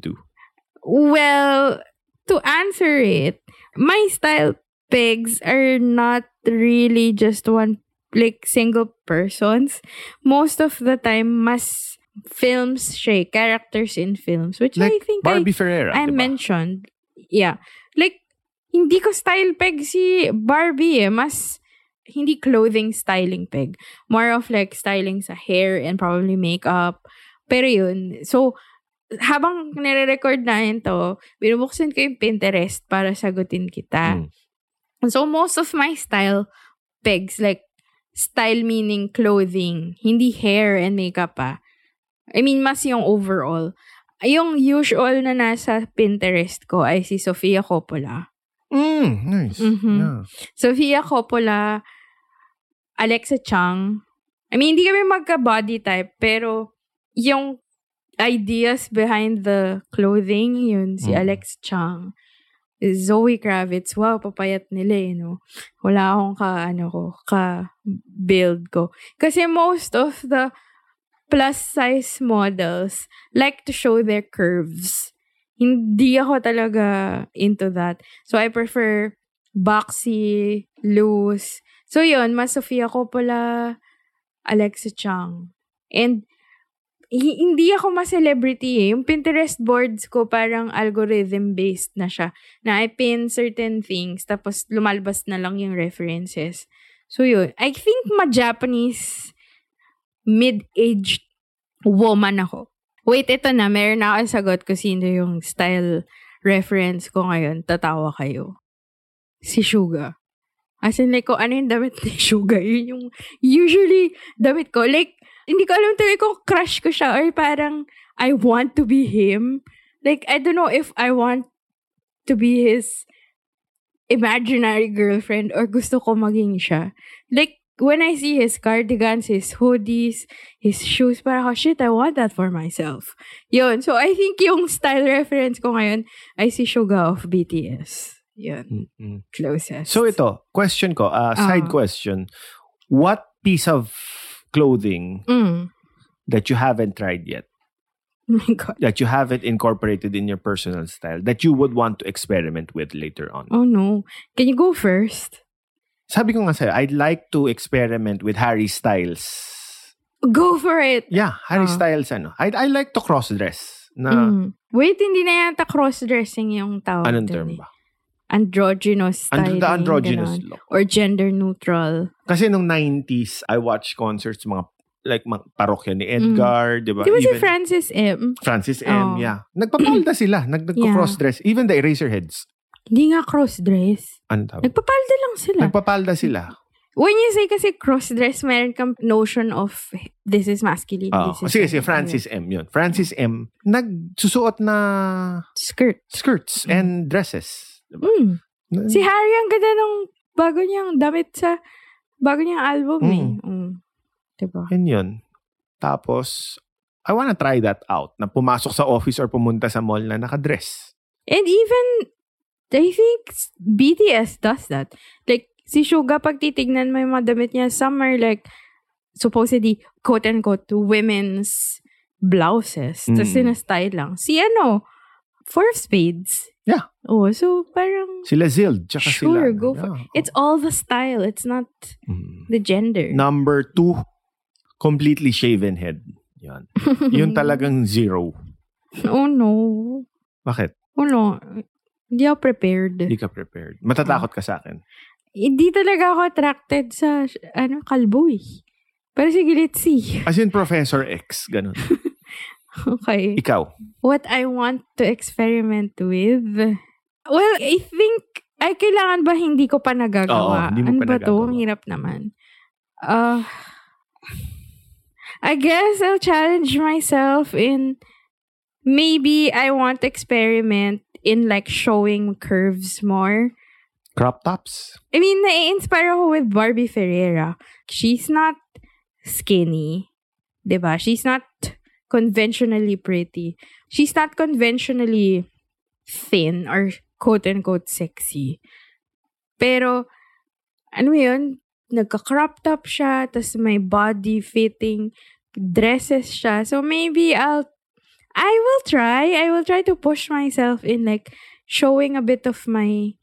well, to answer it, my style pegs are not really just one, like, single persons. Most of the time, mas films siya eh, characters in films, which I think I- Barbie Ferreira, I di ba? mentioned. Yeah. Like, hindi ko style peg si Barbie eh. Mas, hindi clothing styling peg. More of like styling sa hair and probably makeup. Pero yun. So, habang nire-record namin to, binubuksan ko yung Pinterest para sagutin kita. So, most of my style pegs, like, style meaning clothing, hindi hair and makeup pa. I mean, mas yung overall. Yung usual na nasa Pinterest ko ay si Sofia Coppola. Mm, nice. Mhm. Yeah. Sofia Coppola, Alexa Chang. I mean, hindi kami magka-body type, pero yung ideas behind the clothing, yun, si Mm. Alex Chang. Zoe Kravitz, wow, papayat nila eh, no? Wala akong ka, ano ko, ka-build ko. Kasi most of the plus size models like to show their curves. Hindi ako talaga into that. So, I prefer boxy, loose. So, yun, mas Sofia Coppola, Alexa Chang. And, hi- hindi ako mas celebrity eh. Yung Pinterest boards ko parang algorithm-based na siya. Na I pin certain things, tapos lumalabas na lang yung references. So, yun. I think ma-Japanese mid-aged woman ako. Wait, ito na. Meron na ako sagot ko sino yung style reference ko ngayon. Tatawa kayo. Si Suga. As in, like, kung ano yung damit ni Suga, yun yung usually damit ko. Like, hindi ko alam tuloy kung crush ko siya or parang I want to be him. Like, I don't know if I want to be his imaginary girlfriend or gusto ko maging siya. Like, when I see his cardigans, his hoodies, his shoes, parang ako, shit, I want that for myself. Yun. So, I think yung style reference ko ngayon ay si Suga of BTS. Yun. Mm-mm. Closest. So ito, question ko, ah, side Ah. question. What piece of clothing Mm. *laughs* Oh, that you haven't tried yet, my God. that you haven't incorporated in your personal style, that you would want to experiment with later on? Oh no. Can you go first? Sabi ko nga sa'yo, I'd like to experiment with Harry Styles. Go for it. Yeah, Harry Ah. Styles ano. I I like to cross-dress. Na, Mm. Wait, hindi na yata cross-dressing yung tawag. anong dun term eh. ba? And, Androgynous styling. the androgynous ganon. look. Or gender neutral. Kasi nung 90s, I watched concerts, mga like mga parokya Mm. ni Edgar, di ba? Di ba Diba, si Even- Francis M? Francis M, Oh. yeah. Nagpapalda sila. Nag Nagko-cross-dress. Even the Eraserheads. Hindi nga cross-dress. Ano tawag? Nagpapalda lang sila. Nagpapalda sila. When you say kasi cross-dress, meron kang notion of this is masculine, Ah, this is sige, sige, feminine. Francis M. Yun. Francis M. Nagsusuot na Skirt. skirts and dresses. Diba? Mm. Si Harry, ang ganda nung bago niyang damit sa bago niyang album eh. Mm. Diba? Yun yun. Tapos, I wanna try that out. Na pumasok sa office or pumunta sa mall na nakadress. And even, I think s- BTS does that. Like, si Suga, pag titignan mo yung mga damit niya, some are like, supposedly, quote-unquote, women's blouses. Tapos Mm. sinastyle lang. Si ano, Four of Spades. Yeah. Oh, so parang, Sila Zild, tsaka sila. ano, sure, go for Yeah. It's all the style. It's not Mm. the gender. Number two, completely shaven head. *laughs* Yun. Yun talagang zero. oh no. Bakit? Oh no. Hindi ako prepared. Hindi ka prepared. Matatakot ka sa akin. Hindi talaga ako attracted sa, ano, kalbo eh. Pero sige, let's see. *laughs* As in Professor X, ganun. Okay. Ikaw. What I want to experiment with? Well, I think, ay, kailangan ba hindi ko pa Oo, nagagawa? hindi mo ano pa ba to? nagagawa. Ang hirap naman. Uh, I guess I'll challenge myself in maybe I want to experiment in like showing curves more. Crop tops. I mean, nai-inspire ako with Barbie Ferreira. She's not skinny. 'di ba? She's not conventionally pretty. She's not conventionally thin or quote-unquote sexy. Pero, ano yun? Nagka-crop top siya, tas may body fitting dresses siya. So maybe I'll, I will try. I will try to push myself in like showing a bit of my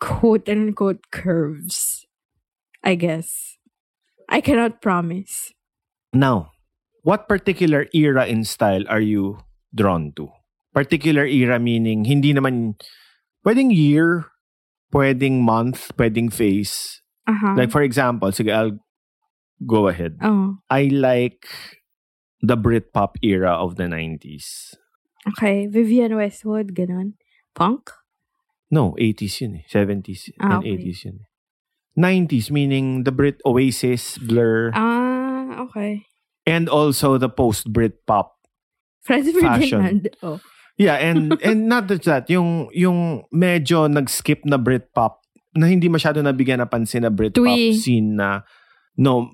quote-unquote curves. I guess. I cannot promise. Now, what particular era in style are you drawn to? Particular era meaning hindi naman pwedeng year, pwedeng month, pwedeng phase. Uh-huh. Like for example, sige, I'll go ahead. oh, I like the Britpop era of the 90s. okay. Vivian Westwood, ganun. Punk? No, 80s yun eh. 70s Ah, and okay. 80s yun. eh. 90s meaning the Brit Oasis, Blur, Ah, okay. and also the post Brit pop Franz Fashion. Ferdinand. Oh. Yeah, and and not just that, yung yung medyo nag-skip na Britpop na hindi masyado nabigyan na pansin na Britpop Tui. scene na no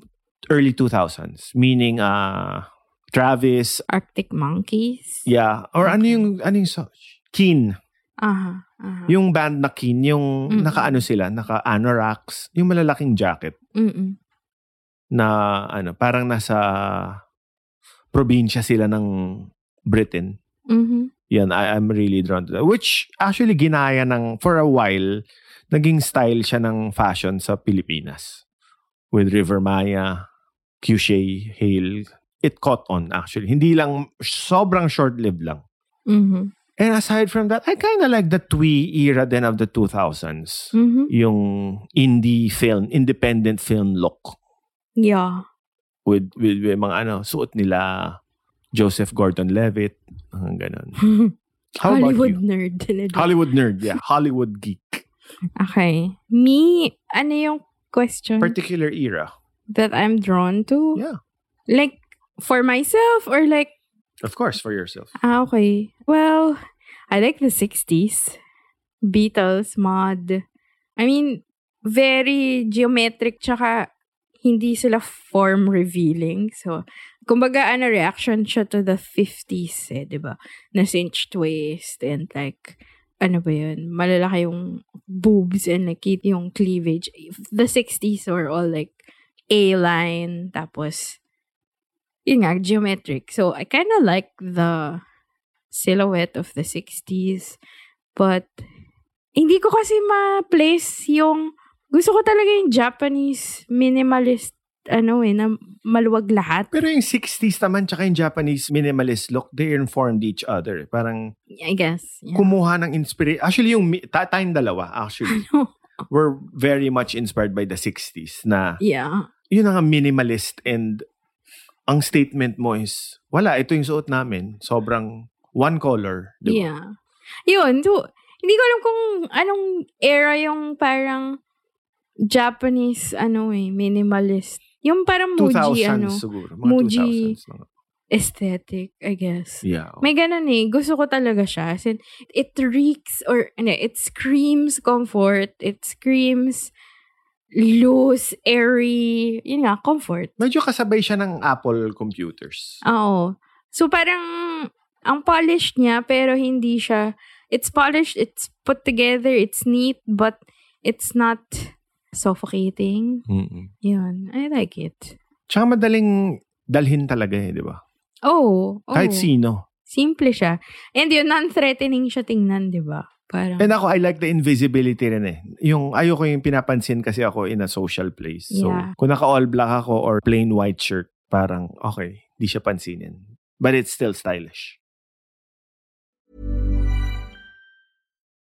early 2000s, meaning uh Travis, Arctic Monkeys. yeah, or ano yung ano yung so- Keen, Aha, aha. yung band na Keen, yung Mm. naka ano sila, naka anoraks, yung malalaking jacket Mm-mm. na ano, parang nasa probinsya sila ng Britain. Mhm. Yan, I, I'm really drawn to that. Which actually ginaya ng, for a while, naging style siya ng fashion sa Pilipinas. With River Maya, Cuchet, Hale. It caught on actually. Hindi lang, sobrang short-lived lang. Mhm. And aside from that, I kind of like the twee era then of the 2000s. Mhm. Yung indie film, independent film look. Yeah. With, with, with mga ano, suot nila Joseph Gordon-Levitt. Mga ganun. *laughs* How about you? Hollywood nerd. talaga. Hollywood nerd, *laughs* yeah. Hollywood geek. Mm-hmm. okay. Me, ano yung question Particular era. that I'm drawn to? Yeah. Like, for myself or like, Of course, for yourself. ah, okay. Well, I like the 60s. Beatles, mod. I mean, very geometric tsaka hindi sila form revealing. So, kumbaga ano reaction siya to the 50s eh, 'di ba? Na cinched waist and like ano ba 'yun? Malalaki yung boobs and like y- yung cleavage. The 60s were all like A-line tapos yun nga, geometric. So, I kind of like the silhouette of the 60s. But, hindi ko kasi ma-place yung, gusto ko talaga yung Japanese minimalist, ano eh, na maluwag lahat. Pero yung 60s naman tsaka yung Japanese minimalist look, they informed each other. Parang I guess. Yeah. kumuha ng inspiration. Actually, yung mi- ta- tayong dalawa, *laughs* actually, Ano? were very much inspired by the 60s na Yeah. yun ang minimalist and ang statement mo is, wala, ito yung suot namin. Sobrang one color. di ba? Yeah. Yun. So, hindi ko alam kung anong era yung parang Japanese, ano eh, minimalist. Yung parang Muji, 2000s ano, siguro. Mga Muji. 2000s na nga. aesthetic, I guess. Yeah. May ganun eh. Gusto ko talaga siya. As in, it reeks or ano, it screams comfort. It screams loose, airy. Yun nga, comfort. Medyo kasabay siya ng Apple computers. Oo. So parang ang polished niya pero hindi siya it's polished, it's put together, it's neat but it's not suffocating. Mm-mm. Yun. I like it. Tsaka madaling dalhin talaga eh, di ba? Oh, oh. Kahit sino. Simple siya. And yun, non-threatening siya tingnan, di ba? Parang, And ako, I like the invisibility rin eh. Yung ayoko yung pinapansin kasi ako in a social place. So, Yeah. kung naka-all black ako or plain white shirt, parang okay, di siya pansinin. But it's still stylish.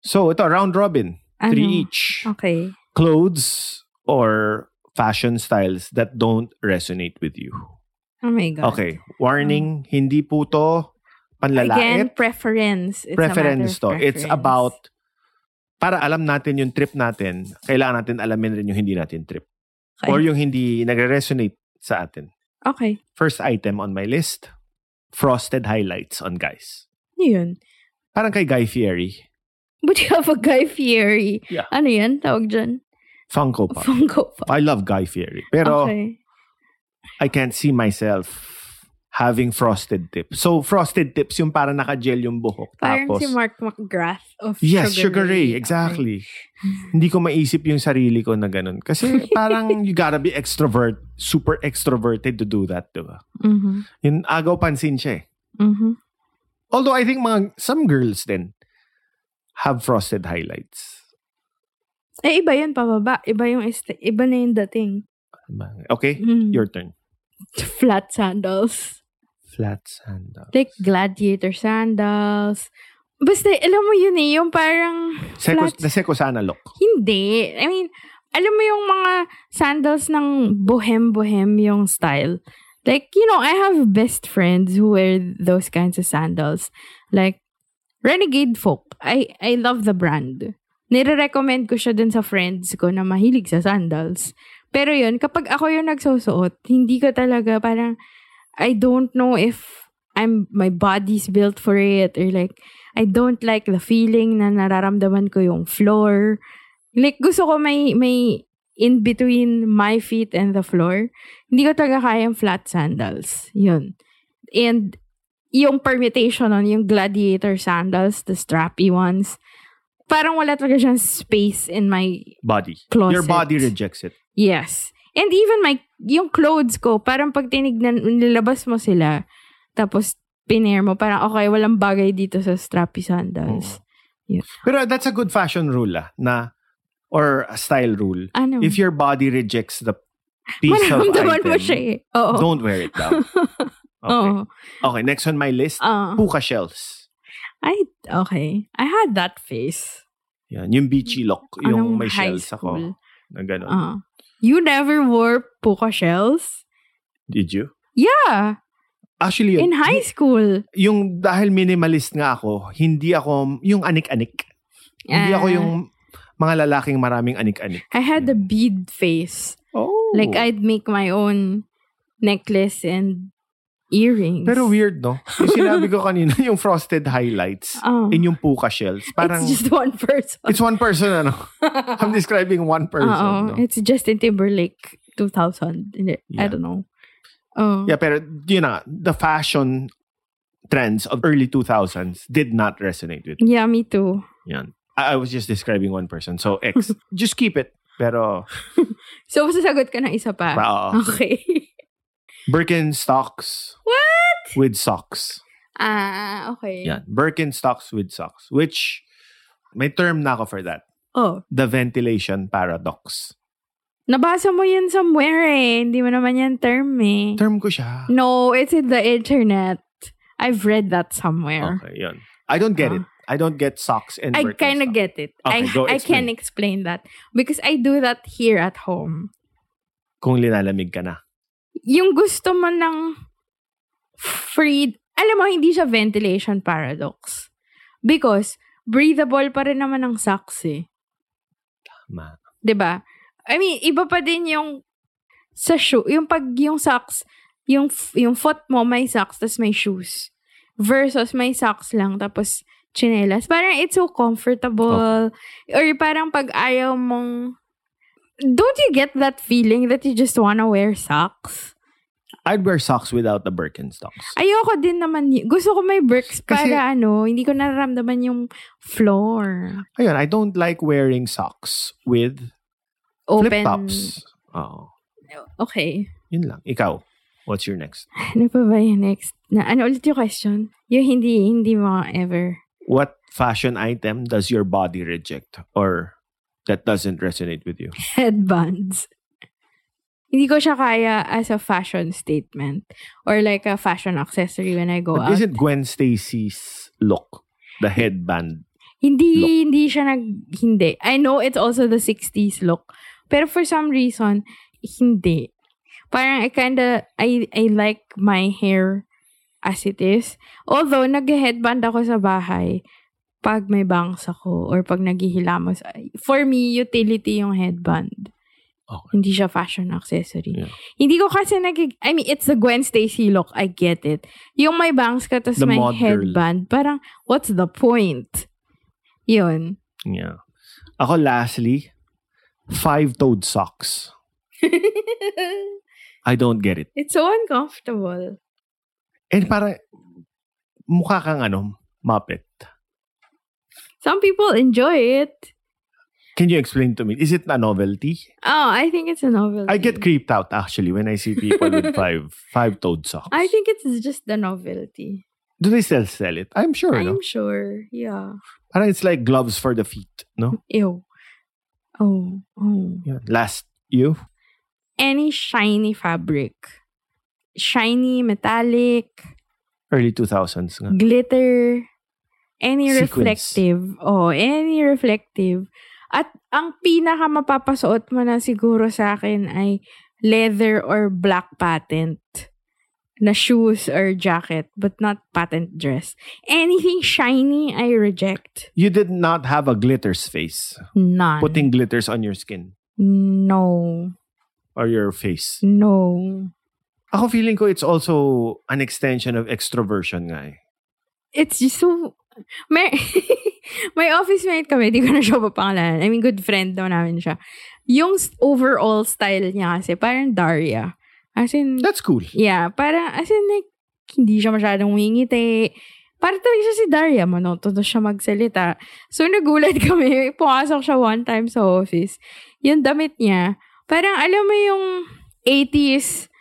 So, ito, round robin. Ano? Three each. okay. Clothes or fashion styles that don't resonate with you. Oh my God. Okay, warning, hindi po to Mm. Again, panlalait. preference. It's a preference to. matter of It's preference. about, para alam natin yung trip natin, kailangan natin alamin rin yung hindi natin trip. Okay. Or yung hindi nagre-resonate sa atin. Okay. First item on my list, frosted highlights on guys. Yun. *laughs* Parang kay Guy Fieri, But you have a Guy Fieri. Yeah. Ano yan? Tawag dyan? Funko Pop. Funko Pop. I love Guy Fieri. Pero okay. I can't see myself having frosted tips. So, frosted tips yung para naka-gel yung buhok. Parang Tapos, si Mark McGrath of Yes, Sugar, Ray. Okay. *laughs* Exactly. Hindi ko maisip yung sarili ko na ganun. Kasi parang you gotta be extrovert, super extroverted to do that, di ba? Mhm. Yun, agaw pansin siya eh. Mhm. Although I think mga, some girls then have frosted highlights. Eh, iba yun pababa. Iba yung este- iba na yung dating. *laughs* Okay, Mm. your turn. Flat sandals. Flat sandals. Like gladiator sandals. Basta, alam mo yun eh, yung parang Seko, flat. the Seko sana look. Hindi. I mean, alam mo yung mga sandals ng bohem-bohem yung style. Like, you know, I have best friends who wear those kinds of sandals. Like, Renegade Folk. I, I love the brand. Nire-recommend ko siya dun sa friends ko na mahilig sa sandals. Pero yun, kapag ako yung nagsusuot, hindi ko talaga parang, I don't know if I'm my body's built for it or like, I don't like the feeling na nararamdaman ko yung floor. Like, gusto ko may, may in between my feet and the floor. Hindi ko talaga kaya yung flat sandals. Yun. And yung permutation on yung gladiator sandals, the strappy ones, parang wala talaga siyang space in my Body. Closet. Your body rejects it. Yes. And even my, yung clothes ko, parang pag tinignan, nilabas mo sila, tapos pinair mo, parang okay, walang bagay dito sa strappy sandals. Pero that's a good fashion rule ah, na or a style rule. Ano? If your body rejects *laughs* the piece of Mararamdaman item, mo siya eh. Oo. don't wear it down. Okay. *laughs* Oo. Okay, next on my list, Ah. puka shells. I, okay. I had that face. Yan, yung beachy lock, yung Anong may high shells school? ako. Na ganun. Ah. you never wore puka shells? Did you? Yeah. Actually, yun, In high school. yung dahil minimalist nga ako, hindi ako, yung anik-anik. hindi ako Ah, yung mga lalaking maraming anik-anik. I had a bead face. Oh. Like, I'd make my own necklace and earrings. Pero weird, no? Yung sinabi ko kanina, *laughs* yung frosted highlights Ah. in yung puka shells. Parang, it's just *laughs* one person. it's one person, *laughs* ano? I'm describing one person. Ah, Oo, no? it's Justin Timberlake 2000. Hindi, I Yeah. don't know. Oh. Yeah, pero yun na, the fashion trends of early 2000s did not resonate with me. Yeah, me too. Yan. I, I was just describing one person. So, *laughs* X, just keep it. Pero, So, masasagot ka ng isa pa. pa, oo. Ah, Okay. *laughs* Birkenstocks What? with socks. Ah, okay. Yan. Birkenstocks with socks. Which, may term na ako for that. Oh, the ventilation paradox. nabasa mo yun somewhere eh. Hindi mo naman yan term eh. Term ko siya. No, it's in the internet. I've read that somewhere. Okay, yun. I don't get Ah. it. I don't get socks and I kind of Birkenstock. get it. Okay, I go I can explain. explain that because I do that here at home. Kung linalamig ka na. Yung gusto mo ng free, alam mo hindi siya ventilation paradox. Because breathable pa rin naman ang socks eh. Ma. 'Di ba? I mean, iba pa din yung sa shoe, yung pag yung socks, yung f- yung foot mo may socks tas may shoes versus may socks lang tapos chinelas. Parang it's so comfortable or parang pag ayaw mong Don't you get that feeling that you just wanna wear socks? I'd wear socks without the Birkenstocks. Ayoko din naman. y- Gusto ko may bricks para Kasi- ano, hindi ko nararamdaman yung floor. Ayun, I don't like wearing socks with Open. flip-tops. Oo. Okay. Yun lang. Ikaw, what's your next? Ano pa ba yung next? Na, ano ulit yung question? Yung hindi, hindi mo ever. *laughs* What fashion item does your body reject or that doesn't resonate with you? Headbands. Hindi ko siya kaya as a fashion statement. Or like a fashion accessory when I go But out. isn't Gwen Stacy's look the headband? Hindi, Look. hindi siya nag... Hindi. I know it's also the 60s look. Pero for some reason, hindi. Parang I kinda... I, I like my hair as it is. Although, nag-headband ako sa bahay pag may bangs ako or pag naghihilamos. For me, utility yung headband. Okay. Hindi siya fashion accessory. Yeah. Hindi ko kasi nag... I mean, it's the Gwen Stacy look. I get it. Yung may bangs ka tapos The may mod girl. headband. Parang, what's the point? Yun. *laughs* Yeah. Ako lastly, five-toed socks. I don't get it. it's so uncomfortable. And parang, mukha kang ano, Muppet. Some people enjoy it. Can you explain to me? Is it a novelty? Oh, I think it's a novelty. I get creeped out actually when I see people *laughs* with five five toed socks. I think it's just the novelty. do they still sell it? I'm sure, no? I'm sure. Yeah. Parang it's like gloves for the feet, no? Ew. Oh, oh. Yeah. Last you? Any shiny fabric. Shiny, metallic, Early 2000s nga. glitter, any Sequins. reflective. Oh, any reflective. At ang pinaka mapapasuot mo na siguro sa akin ay leather or black patent na shoes or jacket but not patent dress. Anything shiny, I reject. You did not have a glitters face. None. Putting glitters on your skin no. or your face. No. Ako feeling ko it's also an extension of extroversion nga eh. it's just so... *laughs* May, may office mate kami, di ko na siya papangalanan. I mean, good friend daw namin siya. Yung s- overall style niya kasi, parang Daria. As in, That's cool. yeah, parang, as in, like, hindi siya masyadong wingiti. Parang talaga siya si Daria, manotodo siya magsalita. So, nagulat *laughs* kami. Pumasok siya one time sa office. Yung damit niya, parang, alam mo yung 80s,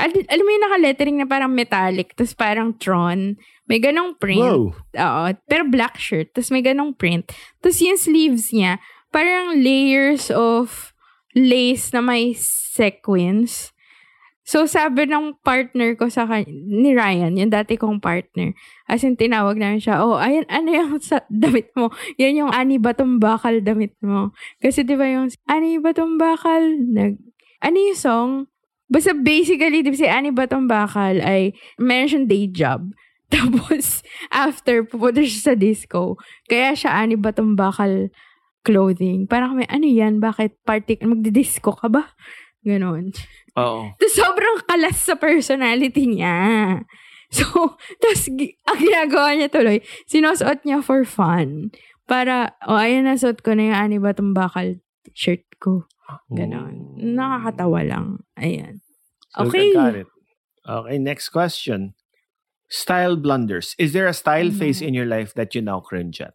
al- alam mo yung naka-lettering na parang metallic, tapos parang Tron. May ganong print. Whoa. Oo. Pero black shirt. Tapos may ganong print. Tapos yung sleeves niya, parang layers of lace na may sequins. So, sabi ng partner ko sa kan- ni Ryan, yung dati kong partner, as in, tinawag namin siya, oh, ayan, ano yung *laughs* sa damit mo? Yan yung ani batong bakal damit mo. Kasi di ba yung ani batong bakal, nag, ano yung song? Basta basically, di ba si ani batong bakal ay meron siyang day job. *laughs* Tapos, after, pupunta siya sa disco. Kaya siya ani batong bakal clothing. Parang kami, ano yan? Bakit party? Magdi-disco ka ba? Ganon. Oo. Tapos sobrang kalas sa personality niya. So, *laughs* tapos gi- ang ginagawa niya tuloy, sinusuot niya for fun. Para, o oh, ayan, nasuot ko na yung ani ba tong bakal shirt ko. Oh. Ganon. Nakakatawa lang. Ayan. So, Okay. Got it. Okay, next question. Style blunders. Is there a style phase Mm-hmm. in your life that you now cringe *laughs* at?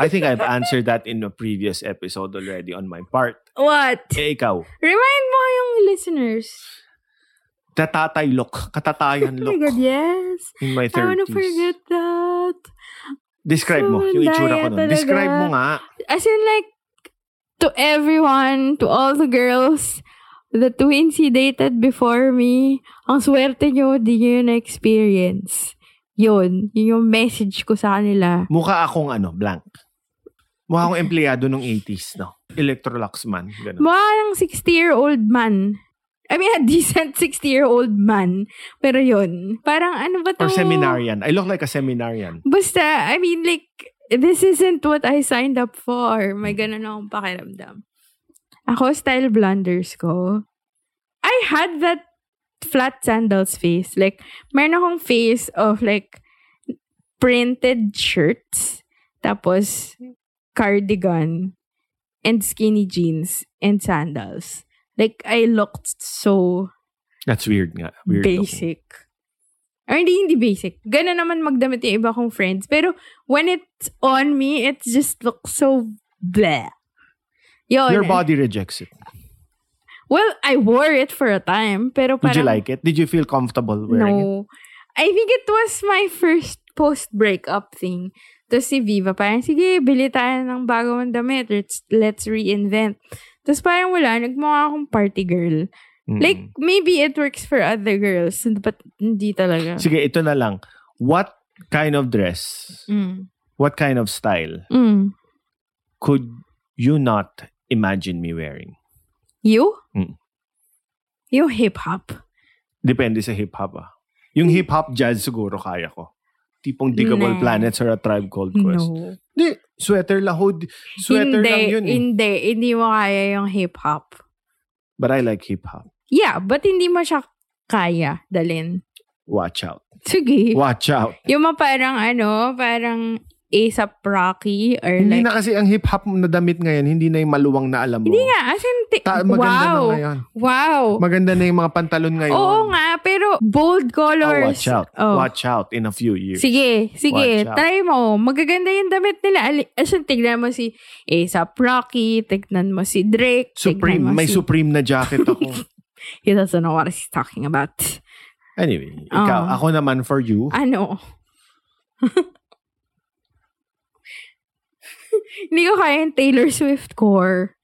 I think I've answered that in a previous episode already on my part. What? Eh, ikaw, Remind mo yung listeners. tatatay *laughs* look, katatayan Oh my God, look yes. in my I wanna 30s. forget that. Describe mo. Yung itsura ko nun. Sobrang daya Describe mo talaga. nga. As in like, to everyone, to all the girls, the twins he dated before me, ang swerte nyo, di nyo yun na-experience. Yun. Yun yung message ko sa kanila. Mukha akong ano, blank. Mukha akong empleyado nung 80s, no? Electrolux man. Ganun. Mukha ng 60-year-old man. I mean, a *laughs* decent 60-year-old man. Pero yun. Parang ano ba to? Or seminarian. I look like a seminarian. Basta, I mean like, this isn't what I signed up for. May ganun akong pakiramdam. Ako, style blunders ko. I had that flat sandals face. Like, meron akong face of like, printed shirts, tapos cardigan, and skinny jeans, and sandals. Like, I looked so That's weird nga. Weird looking. basic. Or hindi, hindi basic. Ganun naman magdamit yung iba kong friends. Pero when it's on me, it just looks so bleh. Yun. Your body rejects it. Well, I wore it for a time. Pero Did parang, you like it? Did you feel comfortable wearing it? no. I think it was my first post-breakup thing. Tapos si Viva, parang, sige, bili tayo ng bagong damit. Let's, let's reinvent. Tapos parang wala, nagmukha akong party girl. Mm. Like, maybe it works for other girls, but hindi talaga. Sige, ito na lang. What kind of dress, Mm. what kind of style Mm. could you not imagine me wearing? You? Mm. You hip-hop. Depende sa hip-hop ah. Yung hip-hop jazz siguro kaya ko. Tipong Digable Hmm. Nah. Planets or a Tribe Called Quest. No. Di, sweater lang. Hood, sweater hindi, lang yun eh. Hindi, hindi mo kaya yung hip-hop. But I like hip-hop. Yeah, but hindi mo siya kaya dalin. Watch out. Sige. Watch out. Yung mga parang ano, parang ASAP Rocky or hindi like... na kasi ang hip-hop na damit ngayon, hindi na yung maluwang na alam mo. Hindi nga, as in... ti- Ta- maganda wow. na ngayon. Wow. Maganda na yung mga pantalon ngayon. Oo nga, pero Oh, bold colors. watch out. Oh. Watch out in a few years. Sige, sige. Watch out. Try mo. Magaganda yung damit nila. Ali- As in, tignan mo si A$AP Rocky, tignan mo si Drake, Supreme. tignan mo May si... Supreme na jacket *laughs* ako. He doesn't know what he's talking about. anyway, ikaw. Oo. Ako naman for you. Ano? *laughs* Hindi ko kaya yung Taylor Swift core.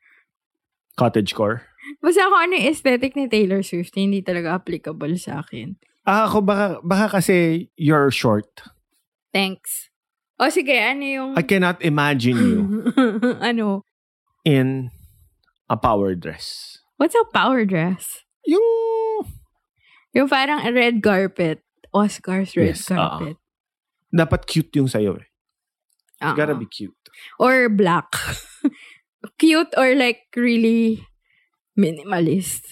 Cottagecore. Basta ako ano yung aesthetic ni Taylor Swift, hindi talaga applicable sa akin. Ah, ako baka, baka kasi you're short. Thanks. O sige, ano yung... I cannot imagine you *laughs* ano? in a power dress. What's a power dress? Yung... Yung parang red carpet. Oscars red Yes, carpet. Dapat cute yung sayo eh. Ah. Gotta be cute. Or black. *laughs* Cute or like really minimalist.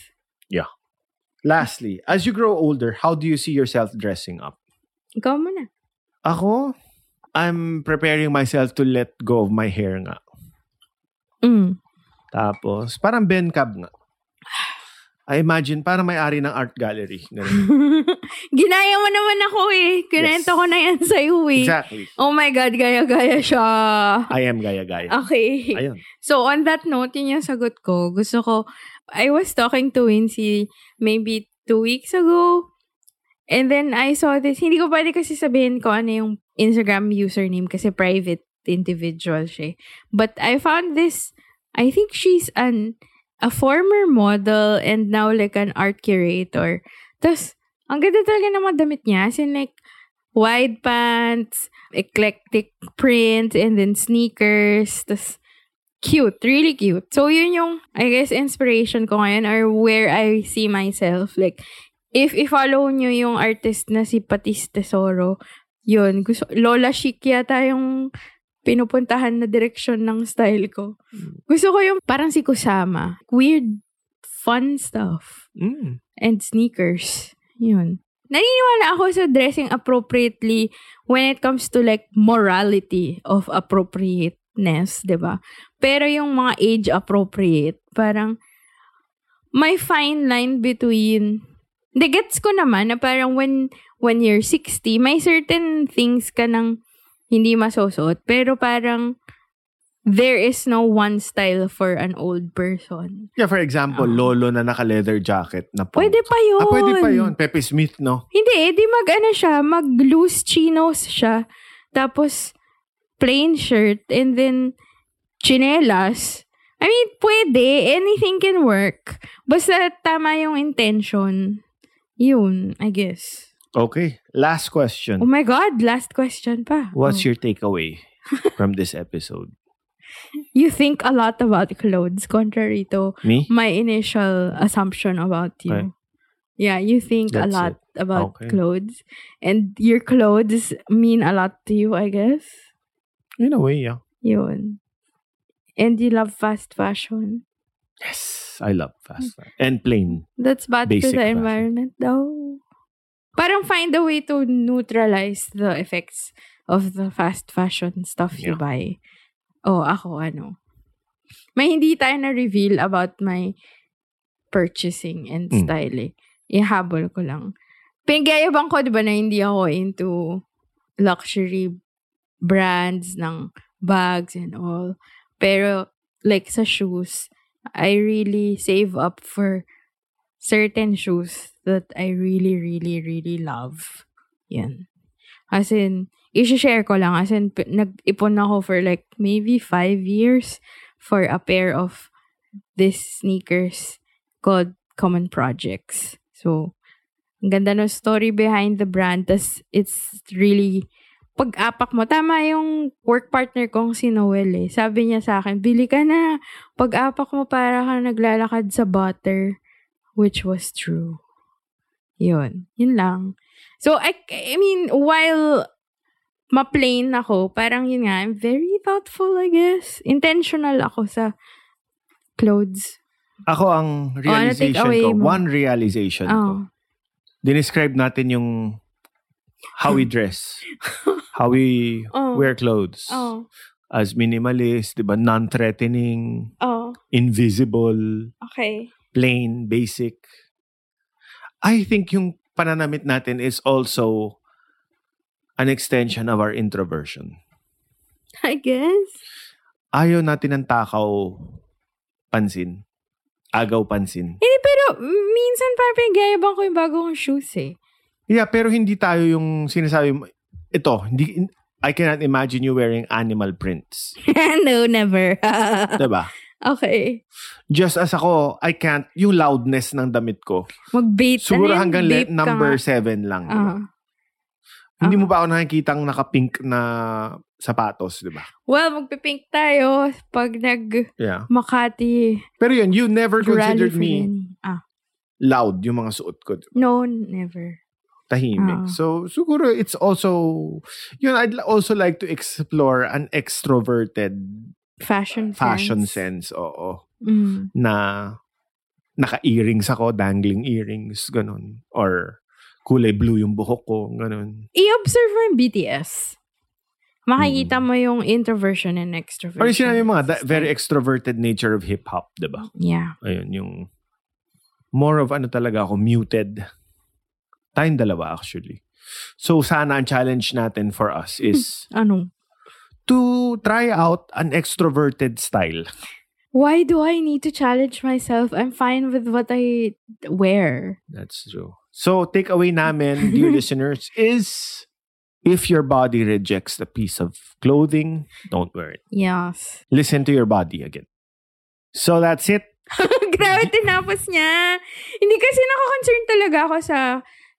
Lastly, as you grow older, how do you see yourself dressing up? Ikaw muna. Ako, I'm preparing myself to let go of my hair nga. Mm. *laughs* Tapos, parang Ben Cab nga. I imagine, parang may-ari ng art gallery. Ganun. Ginaya mo naman ako eh. Yes. Kinento ko na yan sa'yo eh. Exactly. Oh my God, gaya-gaya siya. I am gaya-gaya. Okay. Ayun. So on that note, yun yung sagot ko. Gusto ko, I was talking to Wincy maybe two weeks ago. And then I saw this. Hindi ko pwede kasi sabihin ko ano yung Instagram username kasi private individual siya. eh. But I found this, I think she's an a former model and now like an art curator. Tapos, ang ganda talaga ng mga damit niya. As in like, wide pants, eclectic print, and then sneakers. Tapos, cute, really cute. So yun yung I guess inspiration ko ngayon or where I see myself like if i-follow nyo yung artist na si Patis Tesoro, yun, gusto, Lola Chic yata yung pinupuntahan na direksyon ng style ko. Gusto ko yung parang si Kusama. Weird, fun stuff. Mm. And sneakers. Yun. Naniniwala ako sa dressing appropriately when it comes to like morality of appropriateness, 'di ba? Pero yung mga age appropriate, parang may fine line between De gets ko naman na parang when when you're 60, may certain things ka nang hindi masusot, pero parang there is no one style for an old person. Yeah, for example, lolo na naka-leather jacket na punk. Ah. Pwede pa yun. Ah, pwede pa yun. Pepe Smith, no? Hindi, eh, di mag ano siya, mag loose chinos siya. Tapos, plain shirt and then chinelas. I mean, pwede. Anything can work. Basta tama yung intention. Yun, I guess. Okay. Last question. Oh my God, last question pa. What's your *laughs* takeaway from this episode? You think a lot about clothes, contrary to Me? my initial assumption about you. Right. Yeah, you think a That's lot about Okay. clothes. And your clothes mean a lot to you, I guess. In a way, yeah. Yun. And you love fast fashion. Yes. I love fast Mm. food. And plain. That's bad Basic for the fashion. environment though. Parang find a way to neutralize the effects of the fast fashion stuff Yeah. you buy. Oh, ako ano. May hindi tayo na-reveal about my purchasing and Mm. styling. Ihabol ko lang. Pinagayabang ko, di ba, na hindi ako into luxury brands ng bags and all. Pero, like sa shoes, I really save up for certain shoes that I really, really, really love. Yan. As in, isi-share ko lang. As in, p- nag-ipon ako for like maybe five years for a pair of these sneakers called Common Projects. So, ang ganda ng story behind the brand. Tas it's really pag-apak mo. Tama yung work partner kong si Noel eh. Sabi niya sa akin, bili ka na. Pag-apak mo para ka naglalakad sa butter. Which was true. Yun. Yun lang. So, I, I mean, while ma-plain ako, parang yun nga, I'm very thoughtful, I guess. Intentional ako sa clothes. Ako ang ano, take realization away ko, mo? one realization ko. Oh. Dinescribe natin yung how we *laughs* dress, how we Oh. wear clothes Oh. as minimalist, 'di ba? Non-threatening, Oh. invisible, Okay. plain, basic. I think yung pananamit natin is also an extension of our introversion. *laughs* I guess. Ayaw natin ng takaw pansin. Agaw pansin. Hindi, Eh, pero minsan parang pinagayabang ko yung bagong shoes eh. *laughs* Yeah, pero hindi tayo yung sinasabi mo. Ito, hindi, I cannot imagine you wearing animal prints. no, never. *laughs* 'Di ba? okay. Diba? Just as ako, I can't, yung loudness ng damit ko. Mag-bait. Siguro Ano yun? hanggang le- Bait ka number nga. 7 lang. 'di ba? Ah. Hindi ah. mo ba ako nakikitang naka-pink na sapatos, diba? di ba? Well, magpipink tayo pag nag Yeah. Makati Pero yun, you never rally considered for me Lenny. Ah. loud yung mga suot ko. diba? No, never. tahimik. Ah. So, siguro it's also, yun, I'd l- also like to explore an extroverted Fashion fashion sense. sense. Oo. Mm. na naka-earrings ako, dangling earrings, ganun. Or kulay blue yung buhok ko, ganun. I-observe mo yung BTS. Makikita mo yung introversion and extroversion. Or Mm. yung sinabi mo nga, that It's very like- extroverted nature of hip-hop, di ba? Yeah. Ayun, yung more of ano talaga ako, muted. Tayong dalawa actually. So sana ang challenge natin for us is Ano? to try out an extroverted style. Why do I need to challenge myself? I'm fine with what I wear. That's true. So, takeaway namin, dear listeners, is if your body rejects a piece of clothing, don't wear it. Yes. *laughs* Listen to your body again. So, that's it. Grabe, tinapos niya. Hindi kasi nakakoncern talaga ako sa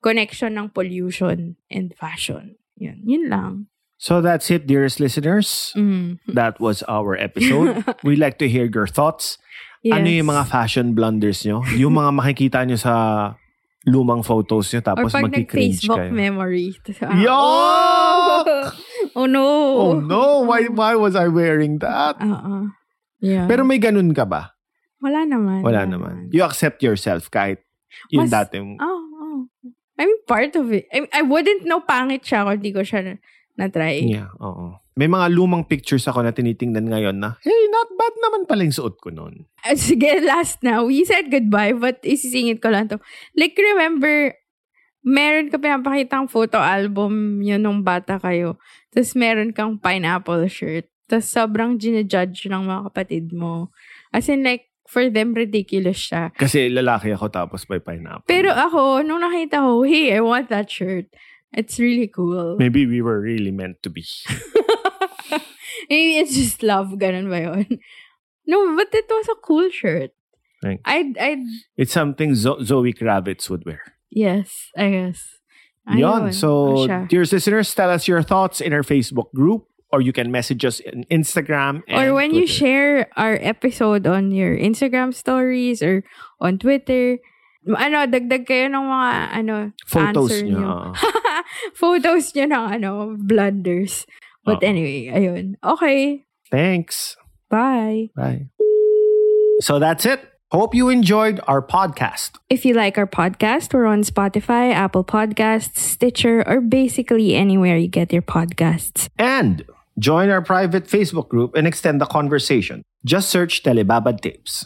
connection ng pollution and fashion. Yun, yun lang. So, that's it, dearest listeners. Mm. That was our *laughs* episode. we like to hear your thoughts. Ano Yes. yung mga fashion blunders nyo? Yung mga makikita nyo sa lumang photos nyo Or tapos pag magki-cringe nag-Facebook kayo. memory. Tas, ah, Yuck! Oh, *laughs* no! Oh no, why, why was I wearing that? Oo. Yeah. Pero may ganun ka ba? Uh-huh. wala naman. Wala naman. You accept yourself kahit yun Mas- dati. Oh, oh. I mean, part of it. I, I wouldn't know pangit siya kung di ko siya na- na-try. Yeah, oo. May mga lumang pictures ako na tinitingnan ngayon na, hey, not bad naman pala yung suot ko noon. Ah, sige, *laughs* last na. We said goodbye, but isisingit ko lang to. Like, remember, meron ka pinapakitang photo album yun nung bata kayo. Tapos meron kang pineapple shirt. Tapos sobrang ginajudge ng mga kapatid mo. As in like, for them, ridiculous siya. Kasi lalaki ako tapos may pineapple. Pero ah, ako, nung nakita ko, hey, I want that shirt. It's really cool. *laughs* Maybe we were really meant to be. *laughs* Maybe it's just love, ganun ba yun? No, but it was a cool shirt. Thanks. I'd, I'd, It's something Zo- Zoe Kravitz would wear. yes, I eh, guess. Yon. Ayun. O So, siya. dear listeners, tell us your thoughts in our Facebook group or you can message us in Instagram. and or when you Twitter. share our episode on your Instagram stories or on Twitter, ano, dagdag kayo ng mga, ano, photos answer niya. nyo. *laughs* Photos nyo ng, ano, blunders. But Oo. anyway, ayun. Okay, Um, Thanks. bye. Bye. So that's it. Hope you enjoyed our podcast. If you like our podcast, we're on Spotify, Apple Podcasts, Stitcher, or basically anywhere you get your podcasts. And join our private Facebook group and extend the conversation. Just search Telebabad Tapes.